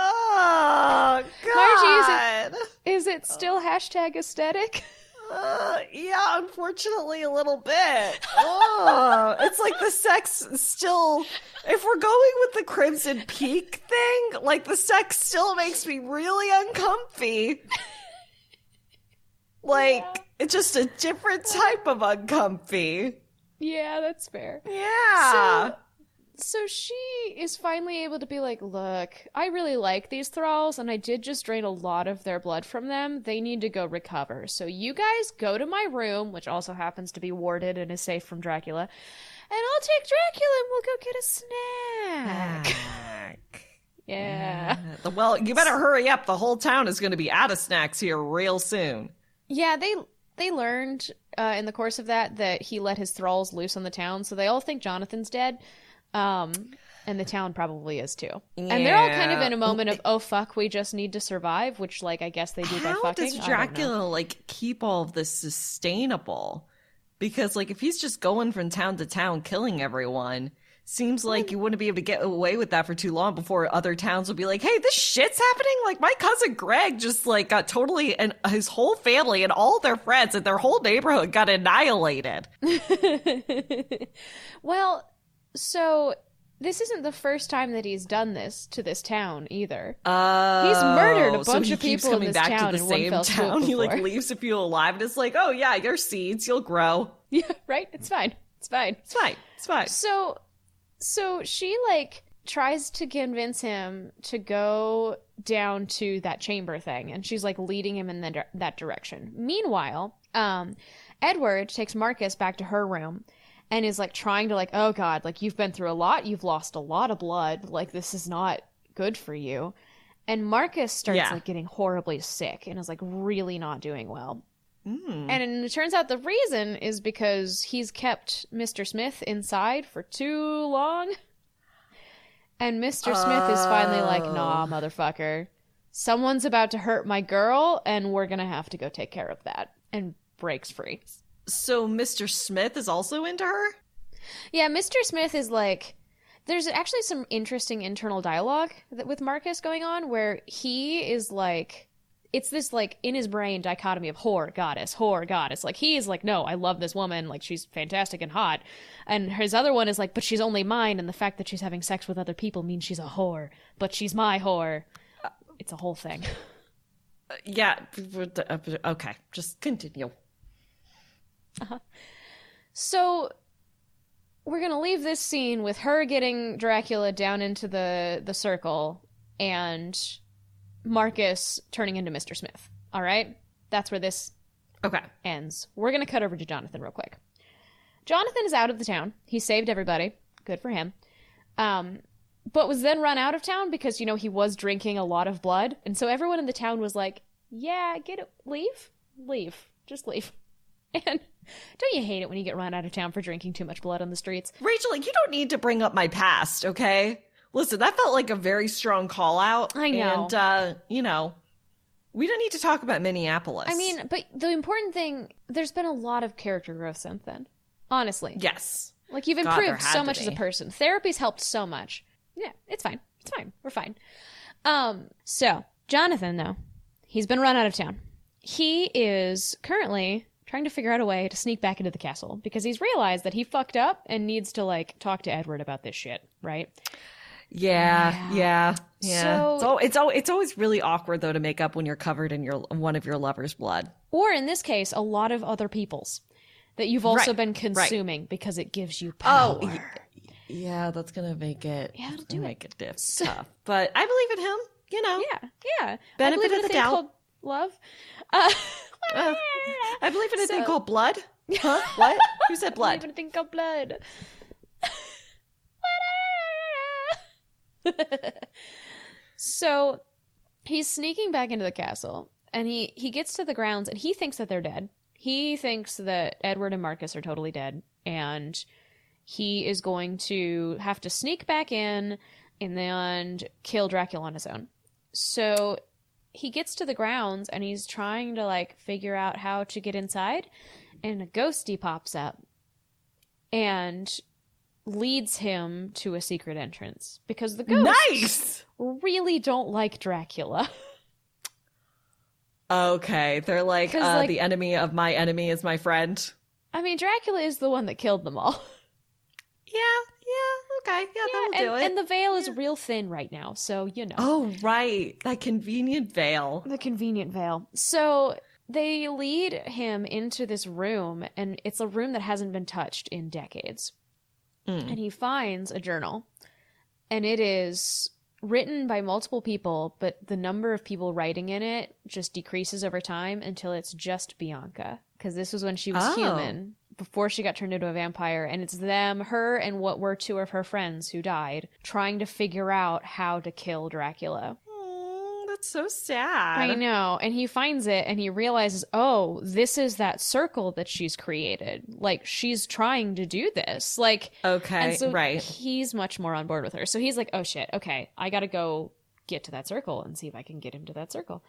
Speaker 3: Oh
Speaker 1: Margie,
Speaker 3: God.
Speaker 1: Is it still hashtag aesthetic?
Speaker 3: Uh, yeah, unfortunately, a little bit. Oh, it's like the sex still. If we're going with the Crimson Peak thing, like the sex still makes me really uncomfy. Like it's just a different type of uncomfy.
Speaker 1: Yeah, that's fair.
Speaker 3: Yeah.
Speaker 1: So- So she is finally able to be like, look, I really like these thralls, and I did just drain a lot of their blood from them. They need to go recover. So you guys go to my room, which also happens to be warded and is safe from Dracula, and I'll take Dracula and we'll go get a snack. yeah.
Speaker 3: The- Well, you better hurry up. The whole town is going to be out of snacks here real soon.
Speaker 1: Yeah, they they learned uh, in the course of that that he let his thralls loose on the town, so they all think Jonathan's dead, um, and the town probably is too. And they're all kind of
Speaker 3: Yeah.
Speaker 1: in a moment of oh fuck, we just need to survive, which like I guess they do by
Speaker 3: How
Speaker 1: fucking. I
Speaker 3: does
Speaker 1: don't know.
Speaker 3: Dracula like keep all of this sustainable? Because like if he's just going from town to town killing everyone, seems like you wouldn't be able to get away with that for too long before other towns would be like, "Hey, this shit's happening." Like my cousin Greg just like got totally and his whole family and all their friends and their whole neighborhood got annihilated.
Speaker 1: well, so this isn't the first time that he's done this to this town either.
Speaker 3: Oh,
Speaker 1: murdered a
Speaker 3: so
Speaker 1: bunch
Speaker 3: he
Speaker 1: of
Speaker 3: keeps
Speaker 1: people in
Speaker 3: coming
Speaker 1: this
Speaker 3: back
Speaker 1: town
Speaker 3: to the
Speaker 1: in one
Speaker 3: same
Speaker 1: fell swoop
Speaker 3: town. He like
Speaker 1: before.
Speaker 3: leaves a few alive, and it's like, "Oh yeah, your seeds, you'll grow.
Speaker 1: Yeah, right. It's fine. It's fine.
Speaker 3: It's fine. It's fine."
Speaker 1: So, so she like tries to convince him to go down to that chamber thing, and she's like leading him in that that direction. Meanwhile, um, Edward takes Marcus back to her room, and is like trying to like, oh god, like you've been through a lot, you've lost a lot of blood, like this is not good for you. And Marcus starts
Speaker 3: Yeah.
Speaker 1: like getting horribly sick and is like really not doing well.
Speaker 3: Mm.
Speaker 1: And it turns out the reason is because he's kept Mr. Smith inside for too long. And Mr. Smith is finally like,
Speaker 3: Oh.
Speaker 1: nah, motherfucker. Someone's about to hurt my girl, and we're going to have to go take care of that. And breaks free.
Speaker 3: So Mr. Smith is also into her?
Speaker 1: Yeah, Mr. Smith is like there's actually some interesting internal dialogue that, with Marcus going on where he is like it's this like in his brain dichotomy of whore goddess whore goddess like he is like no i love this woman like she's fantastic and hot and his other one is like but she's only mine and the fact that she's having sex with other people means she's a whore but she's my whore it's a whole thing
Speaker 3: Uh, yeah. uh, Okay, just continue.
Speaker 1: So we're gonna leave this scene with her getting Dracula down into the the circle and Marcus turning into Mr. Smith. All right, that's where this
Speaker 3: Okay.
Speaker 1: ends. We're gonna cut over to Jonathan real quick. Jonathan is out of the town. He saved everybody. Good for him. Um, but was then run out of town because you know he was drinking a lot of blood, and so everyone in the town was like, "Yeah, get it, leave, leave, just leave." And don't you hate it when you get run out of town for drinking too much blood on the streets?
Speaker 3: Rachel, you don't need to bring up my past, okay? Listen, that felt like a very strong call out.
Speaker 1: I know.
Speaker 3: And, uh, you know, we don't need to talk about Minneapolis.
Speaker 1: I mean, but the important thing, there's been a lot of character growth since then. Honestly,
Speaker 3: yes.
Speaker 1: Like you've
Speaker 3: God, there
Speaker 1: improved
Speaker 3: had
Speaker 1: so
Speaker 3: to
Speaker 1: much as a
Speaker 3: be.
Speaker 1: person. Therapy's helped so much. Yeah, it's fine. It's fine. We're fine. Um, so Jonathan though, he's been run out of town. He is currently trying to figure out a way to sneak back into the castle because he's realized that he fucked up and needs to like talk to Edward about this shit, right?
Speaker 3: Yeah, yeah, yeah.
Speaker 1: So-
Speaker 3: it's, al- it's, al- it's always really awkward though to make up when you're covered in your one of your lover's blood.
Speaker 1: Or in this case, a lot of other people's that you've also
Speaker 3: Right,
Speaker 1: been consuming because it gives you power.
Speaker 3: y- Yeah, that's gonna make it. Yeah,
Speaker 1: it'll do it.
Speaker 3: make it diff- tough. But I believe in him. You know,
Speaker 1: yeah, yeah. I
Speaker 3: Benefit
Speaker 1: believe in
Speaker 3: of
Speaker 1: a
Speaker 3: the
Speaker 1: thing
Speaker 3: doubt.
Speaker 1: called love. Uh,
Speaker 3: Uh, I believe in a thing
Speaker 1: So-
Speaker 3: called blood. Huh? What? Who said
Speaker 1: I
Speaker 3: blood?
Speaker 1: don't even think of blood. so he's sneaking back into the castle and he he gets to the grounds and he thinks that they're dead. He thinks that Edward and Marcus are totally dead and he is going to have to sneak back in and then kill Dracula on his own. So he gets to the grounds and he's trying to like figure out how to get inside and a ghostie pops up and leads him to a secret entrance because the ghosts
Speaker 3: Nice.
Speaker 1: really don't like Dracula.
Speaker 3: Okay, they're like, uh,
Speaker 1: 'Cause, like-
Speaker 3: the enemy of my enemy is my friend.
Speaker 1: I mean, Dracula is the one that killed them all.
Speaker 3: Yeah, yeah, okay, yeah,
Speaker 1: and, and the veil is real thin right now, so you know.
Speaker 3: oh, right, that convenient veil.
Speaker 1: The convenient veil. So they lead him into this room, and it's a room that hasn't been touched in decades.
Speaker 3: Mm.
Speaker 1: And he finds a journal, and it is written by multiple people, but the number of people writing in it just decreases over time until it's just Bianca. Because this was when she was
Speaker 3: Oh.
Speaker 1: human, before she got turned into a vampire. And it's them, her, and what were two of her friends who died, trying to figure out how to kill Dracula.
Speaker 3: Mm, that's so sad.
Speaker 1: I know. And he finds it and he realizes, oh, this is that circle that she's created. Like, she's trying to do this. Like,
Speaker 3: Okay,
Speaker 1: and so
Speaker 3: right.
Speaker 1: he's much more on board with her. So he's like, oh shit, okay, I gotta go get to that circle and see if I can get him to that circle.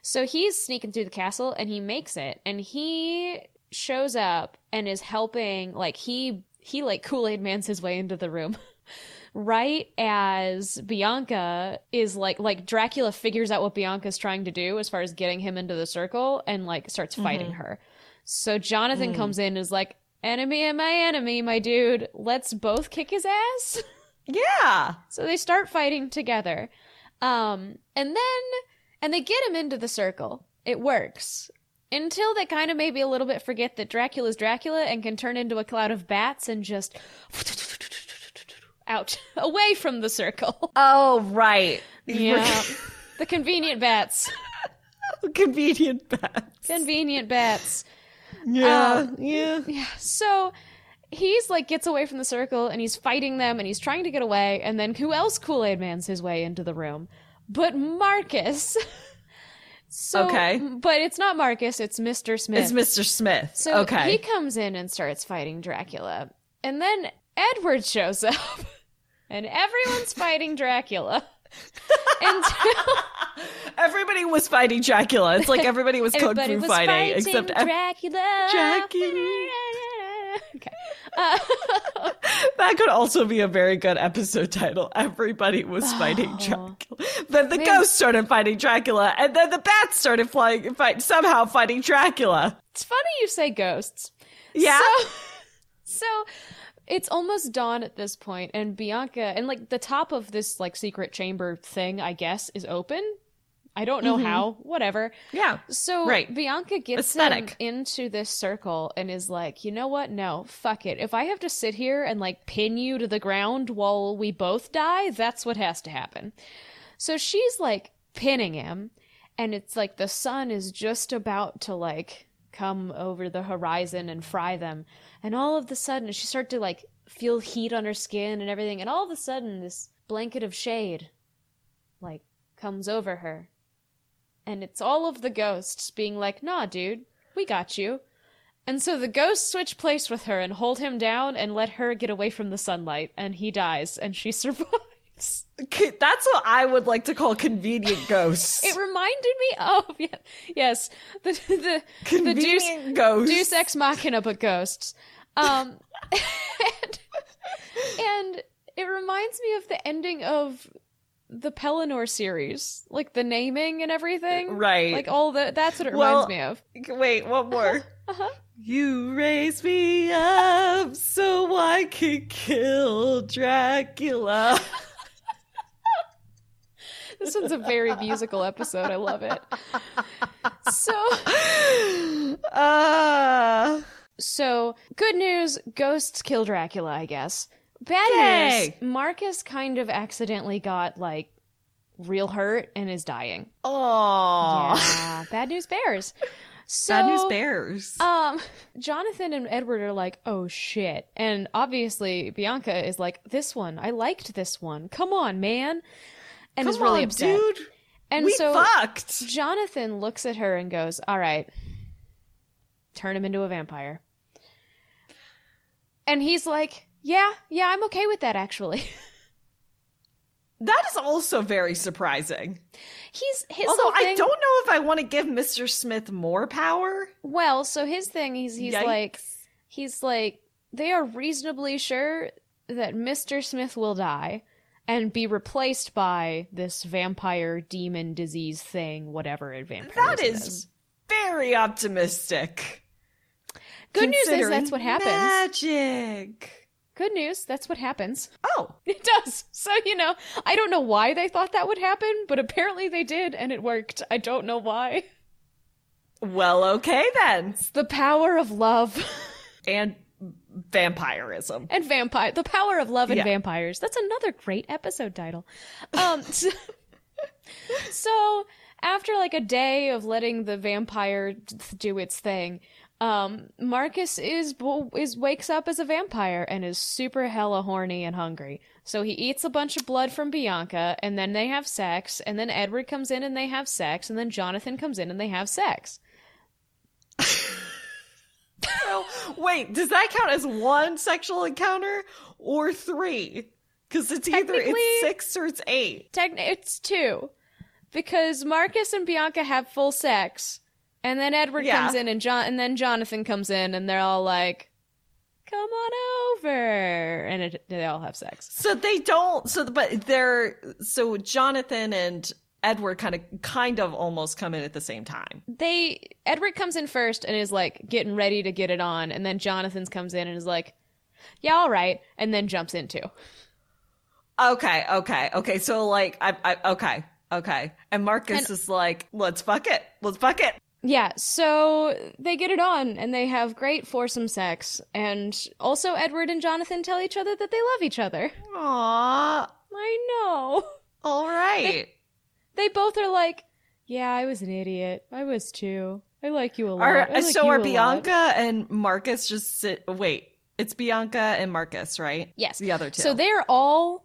Speaker 1: So he's sneaking through the castle and he makes it and he shows up and is helping like he he like Kool-Aid mans his way into the room. Right as Bianca is like like Dracula figures out what Bianca's trying to do as far as getting him into the circle and like starts
Speaker 3: Mm-hmm.
Speaker 1: fighting her. So Jonathan comes in and is like, enemy of my enemy, my dude. Let's both kick his ass.
Speaker 3: Yeah.
Speaker 1: So they start fighting together. Um, and then, and they get him into the circle. It works. Until they kind of maybe a little bit forget that Dracula's Dracula and can turn into a cloud of bats and just out, away from the circle.
Speaker 3: Oh, right.
Speaker 1: Yeah. the convenient bats.
Speaker 3: Convenient bad.
Speaker 1: Convenient bats.
Speaker 3: Yeah,
Speaker 1: Um,
Speaker 3: yeah.
Speaker 1: So he's like gets away from the circle and he's fighting them and he's trying to get away and then who else Kool-Aid mans his way into the room? But Marcus. so
Speaker 3: Okay.
Speaker 1: but it's not Marcus, it's Mr. Smith.
Speaker 3: It's Mr. Smith.
Speaker 1: So
Speaker 3: okay.
Speaker 1: he comes in and starts fighting Dracula. And then Edward shows up. And everyone's fighting Dracula. Until
Speaker 3: Everybody was fighting Dracula. It's like everybody was kung
Speaker 1: everybody
Speaker 3: fu
Speaker 1: was
Speaker 3: fighting,
Speaker 1: fighting,
Speaker 3: except ev-
Speaker 1: Dracula.
Speaker 3: Dracula.
Speaker 1: okay. Uh,
Speaker 3: that could also be a very good episode title. Everybody was
Speaker 1: Oh.
Speaker 3: fighting Dracula. Then the
Speaker 1: Man.
Speaker 3: ghosts started fighting Dracula, and then the bats started flying, fight, somehow fighting Dracula.
Speaker 1: it's funny you say ghosts.
Speaker 3: Yeah.
Speaker 1: So, so it's almost dawn at this point, and Bianca and like the top of this like secret chamber thing, I guess, is open. I don't know how. Whatever.
Speaker 3: yeah.
Speaker 1: So
Speaker 3: Right.
Speaker 1: Bianca gets them
Speaker 3: Aesthetic.
Speaker 1: into this circle and is like, you know what? No, fuck it. If I have to sit here and like pin you to the ground while we both die, that's what has to happen. So she's like pinning him, and it's like the sun is just about to like come over the horizon and fry them. And all of a sudden, she started to like feel heat on her skin and everything. And all of a sudden, this blanket of shade like comes over her and it's all of the ghosts being like, nah, dude, we got you. And so the ghosts switch place with her and hold him down and let her get away from the sunlight, and he dies, and she survives.
Speaker 3: C- That's what I would like to call convenient ghosts.
Speaker 1: It reminded me of yeah, yes, the the the Deus,
Speaker 3: convenient ghosts.
Speaker 1: Deus ex machina, but ghosts. Um, and, and it reminds me of the ending of the Pelennor series, like the naming and everything,
Speaker 3: Right.
Speaker 1: Like all the that's what it
Speaker 3: Well,
Speaker 1: reminds me of.
Speaker 3: Wait, one more.
Speaker 1: Uh-huh.
Speaker 3: You raise me up so I can kill Dracula.
Speaker 1: This one's a very musical episode. I love it. So,
Speaker 3: uh,
Speaker 1: so good news: ghosts kill Dracula, I guess. Bad
Speaker 3: Yay.
Speaker 1: news: Marcus kind of accidentally got like real hurt and is dying.
Speaker 3: aw.
Speaker 1: Yeah, bad news bears. So,
Speaker 3: Bad news bears.
Speaker 1: Um, Jonathan and Edward are like, "Oh shit," and obviously Bianca is like, "This one, I liked this one. Come on, man," and is
Speaker 3: Come
Speaker 1: really
Speaker 3: on,
Speaker 1: upset.
Speaker 3: dude.
Speaker 1: And
Speaker 3: we
Speaker 1: so,
Speaker 3: fucked.
Speaker 1: Jonathan looks at her and goes, All right, turn him into a vampire. And he's like, Yeah, yeah, I'm okay with that actually.
Speaker 3: That is also very surprising.
Speaker 1: he's his
Speaker 3: Although
Speaker 1: whole thing,
Speaker 3: I don't know if I want to give Mr. Smith more power.
Speaker 1: well, so his thing he's he's
Speaker 3: Yikes.
Speaker 1: like he's like, they are reasonably sure that Mr. Smith will die and be replaced by this vampire demon disease thing, whatever vampire.
Speaker 3: That is very optimistic.
Speaker 1: good news is
Speaker 3: considering
Speaker 1: that's what happens.
Speaker 3: Magic.
Speaker 1: Good news, that's what happens.
Speaker 3: Oh,
Speaker 1: It does. So, you know, I don't know why they thought that would happen, but apparently they did, and it worked. I don't know why.
Speaker 3: well, okay then.
Speaker 1: It's the power of love
Speaker 3: And vampirism.
Speaker 1: and vampire. The power of love and
Speaker 3: Yeah.
Speaker 1: vampires. That's another great episode title. Um, so, so after like a day of letting the vampire d- do its thing, um, Marcus is bo- is wakes up as a vampire and is super hella horny and hungry. So he eats a bunch of blood from Bianca, and then they have sex, and then Edward comes in and they have sex, and then Jonathan comes in and they have sex.
Speaker 3: Wait, does that count as one sexual encounter or three? Because it's either
Speaker 1: Technically-
Speaker 3: it's six or it's eight.
Speaker 1: Techn- it's two because Marcus and Bianca have full sex, and then Edward
Speaker 3: Yeah.
Speaker 1: comes in and John and then Jonathan comes in, and they're all like, "Come on over," and it, they all have sex.
Speaker 3: So they don't. So but they're so Jonathan and Edward kind of kind of almost come in at the same time.
Speaker 1: They Edward comes in first and is like getting ready to get it on, and then Jonathan's comes in and is like, "Yeah, all right," and then jumps in too.
Speaker 3: Okay, okay, okay. So like I, I okay, okay. And Marcus
Speaker 1: And-
Speaker 3: is like, let's fuck it, let's fuck it.
Speaker 1: Yeah, so they get it on and they have great foursome sex, and also Edward and Jonathan tell each other that they love each other.
Speaker 3: Aw,
Speaker 1: I know.
Speaker 3: all right.
Speaker 1: they both are like, "Yeah, I was an idiot. I was too. I like you a lot."
Speaker 3: Are,
Speaker 1: I like
Speaker 3: so
Speaker 1: you
Speaker 3: are
Speaker 1: a lot."
Speaker 3: Bianca and Marcus just sit? Wait, It's Bianca and Marcus, right?
Speaker 1: Yes.
Speaker 3: The other two.
Speaker 1: So they're all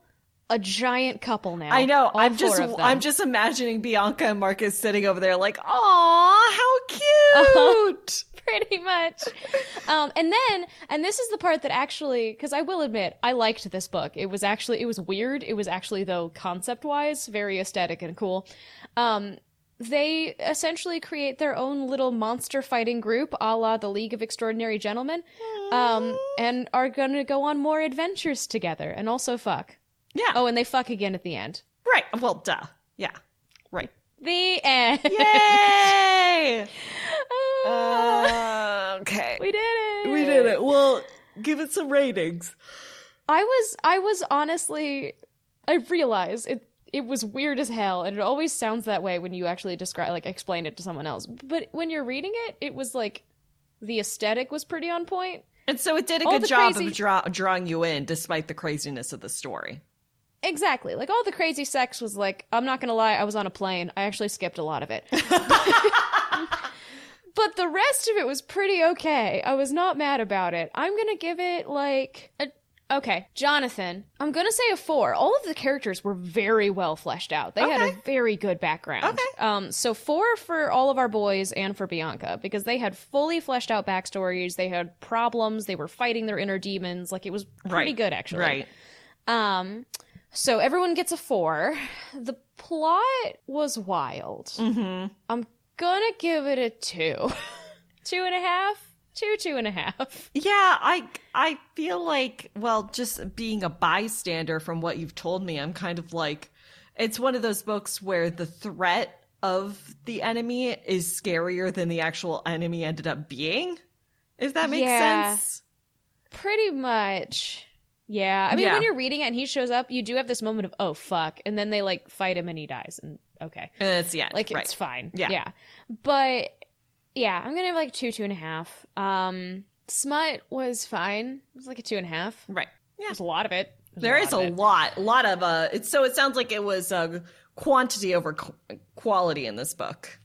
Speaker 1: a giant couple now.
Speaker 3: I know.
Speaker 1: All
Speaker 3: I'm
Speaker 1: four
Speaker 3: just
Speaker 1: of them.
Speaker 3: I'm just imagining Bianca and Marcus sitting over there like, "Aw, how cute."
Speaker 1: pretty much. Um, and then, and this is the part that actually, because I will admit, I liked this book. It was actually, it was weird. It was actually, though, concept wise, very aesthetic and cool. Um, they essentially create their own little monster fighting group, a la the League of Extraordinary Gentlemen,
Speaker 3: Uh,
Speaker 1: um, and are going to go on more adventures together and also fuck.
Speaker 3: Yeah.
Speaker 1: Oh, and they fuck again at the end.
Speaker 3: Right. Well, duh. Yeah. Right.
Speaker 1: The end.
Speaker 3: Yay!
Speaker 1: Ah,
Speaker 3: uh, okay.
Speaker 1: we did it.
Speaker 3: We did it. Well, give it some ratings.
Speaker 1: I was I was honestly I realize it it was weird as hell and it always sounds that way when you actually describe like explain it to someone else. But when you're reading it, it was like the aesthetic was pretty on point.
Speaker 3: And so it did a
Speaker 1: All
Speaker 3: good
Speaker 1: the
Speaker 3: job
Speaker 1: crazy-
Speaker 3: of draw- drawing you in despite the craziness of the story.
Speaker 1: Exactly. Like all the crazy sex was like I'm not going to lie, I was on a plane. I actually skipped a lot of it. but the rest of it was pretty okay. I was not mad about it. I'm gonna give it like a okay, Jonathan. I'm gonna say a four. All of the characters were very well fleshed out. They had a very good background.
Speaker 3: Okay.
Speaker 1: Um, so four for all of our boys and for Bianca because they had fully fleshed out backstories. They had problems. They were fighting their inner demons. Like it was pretty
Speaker 3: Right.
Speaker 1: good actually.
Speaker 3: Right.
Speaker 1: Um, so everyone gets a four. The plot was wild.
Speaker 3: hmm
Speaker 1: I'm gonna give it a two. two and a half? Two, two and a half.
Speaker 3: Yeah, I I feel like well, just being a bystander from what you've told me, I'm kind of like it's one of those books where the threat of the enemy is scarier than the actual enemy ended up being. If that makes
Speaker 1: Yeah.
Speaker 3: sense.
Speaker 1: Pretty much. Yeah. I mean,
Speaker 3: Yeah.
Speaker 1: when you're reading it and he shows up, you do have this moment of, oh, fuck. And then they like fight him and he dies. And okay.
Speaker 3: And it's yeah,
Speaker 1: Like,
Speaker 3: right.
Speaker 1: it's fine.
Speaker 3: Yeah.
Speaker 1: Yeah. But yeah, I'm gonna have like two, two and a half. Um, Smut was fine. It was like a two and a half.
Speaker 3: right. Yeah.
Speaker 1: There's a lot of it. There's
Speaker 3: There is
Speaker 1: lot
Speaker 3: a
Speaker 1: of it.
Speaker 3: lot, lot of uh. It's, so it sounds like it was uh, quantity over qu- quality in this book.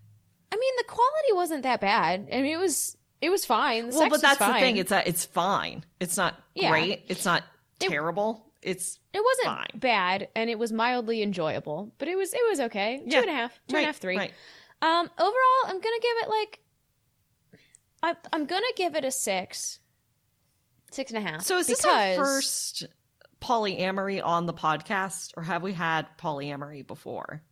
Speaker 1: I mean, the quality wasn't that bad. I mean, it was it was fine. The
Speaker 3: well,
Speaker 1: sex
Speaker 3: but
Speaker 1: was
Speaker 3: that's the
Speaker 1: fine.
Speaker 3: thing. It's uh, it's fine. It's not
Speaker 1: Yeah.
Speaker 3: great. It's not
Speaker 1: It-
Speaker 3: terrible. It's
Speaker 1: It wasn't
Speaker 3: Fine.
Speaker 1: bad, and it was mildly enjoyable, but it was it was okay. Two
Speaker 3: Yeah.
Speaker 1: and a half, two and a half, three.
Speaker 3: Right.
Speaker 1: Um, overall, I'm gonna give it like, I, I'm gonna give it a six, six and a half.
Speaker 3: So is this our
Speaker 1: because-
Speaker 3: first polyamory on the podcast, or have we had polyamory before?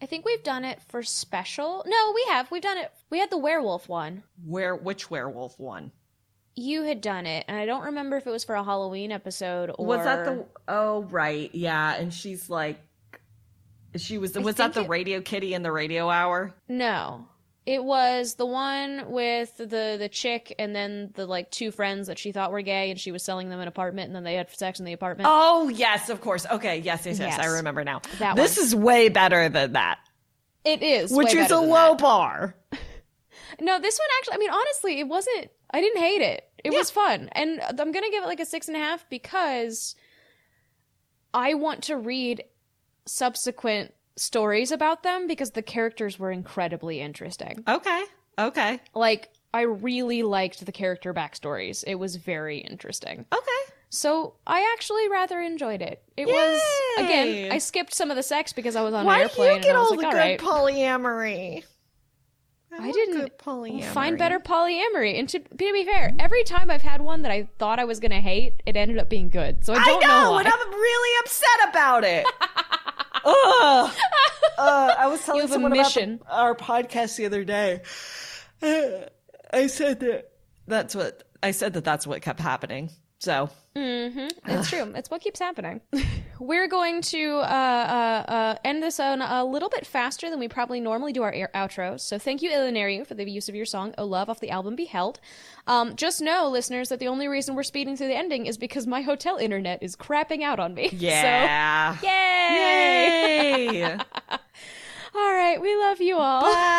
Speaker 1: I think we've done it for special. No, we have. We've done it. We had the werewolf one.
Speaker 3: Where which werewolf one
Speaker 1: You had done it, and I don't remember if it was for a Halloween episode or
Speaker 3: was that the? Oh right, yeah. And she's like, she was.
Speaker 1: I
Speaker 3: Was that
Speaker 1: think
Speaker 3: the
Speaker 1: it-
Speaker 3: Radio Kitty in the Radio Hour?
Speaker 1: No. It was the one with the the chick and then the like two friends that she thought were gay and she was selling them an apartment and then they had sex in the apartment.
Speaker 3: Oh yes, of course. Okay, yes, yes, yes.
Speaker 1: Yes.
Speaker 3: I remember now.
Speaker 1: That
Speaker 3: Oh, this is way better than that,
Speaker 1: It is.
Speaker 3: which
Speaker 1: way
Speaker 3: is
Speaker 1: better
Speaker 3: a
Speaker 1: than
Speaker 3: low bar.
Speaker 1: that. No, this one actually I mean honestly, it wasn't I didn't hate it. It was fun. And I'm gonna give it like a six and a half because I want to read subsequent stories about them because the characters were incredibly interesting.
Speaker 3: Okay, okay,
Speaker 1: Like I really liked the character backstories. It was very interesting.
Speaker 3: okay.
Speaker 1: So I actually rather enjoyed it. It was
Speaker 3: Yay!
Speaker 1: again, I skipped some of the sex because I was on
Speaker 3: Why
Speaker 1: an
Speaker 3: do
Speaker 1: airplane
Speaker 3: you get
Speaker 1: and I was
Speaker 3: all
Speaker 1: like,
Speaker 3: the
Speaker 1: all
Speaker 3: good
Speaker 1: right,
Speaker 3: polyamory?
Speaker 1: I
Speaker 3: want
Speaker 1: didn't-
Speaker 3: good polyamory.
Speaker 1: find better polyamory. And to, to be fair, every time I've had one that I thought I was gonna hate, it ended up being good. So I
Speaker 3: I
Speaker 1: don't
Speaker 3: know,
Speaker 1: why.
Speaker 3: and I'm really upset about it. Ugh. Uh, I was telling
Speaker 1: have a
Speaker 3: someone about the-
Speaker 1: mission.
Speaker 3: our podcast the other day. Uh, I said that that's what I said that that's what kept happening. So
Speaker 1: It's true. It's what keeps happening. We're going to uh, uh, uh, end this on a little bit faster than we probably normally do our air- outros. So thank you, Ilunario, for the use of your song "Oh Love" off the album "Beheld." Um, just know, listeners, that the only reason we're speeding through the ending is because my hotel internet is crapping out on me.
Speaker 3: yeah,
Speaker 1: So, yay!
Speaker 3: yay!
Speaker 1: All right, we love you all.
Speaker 3: Bye.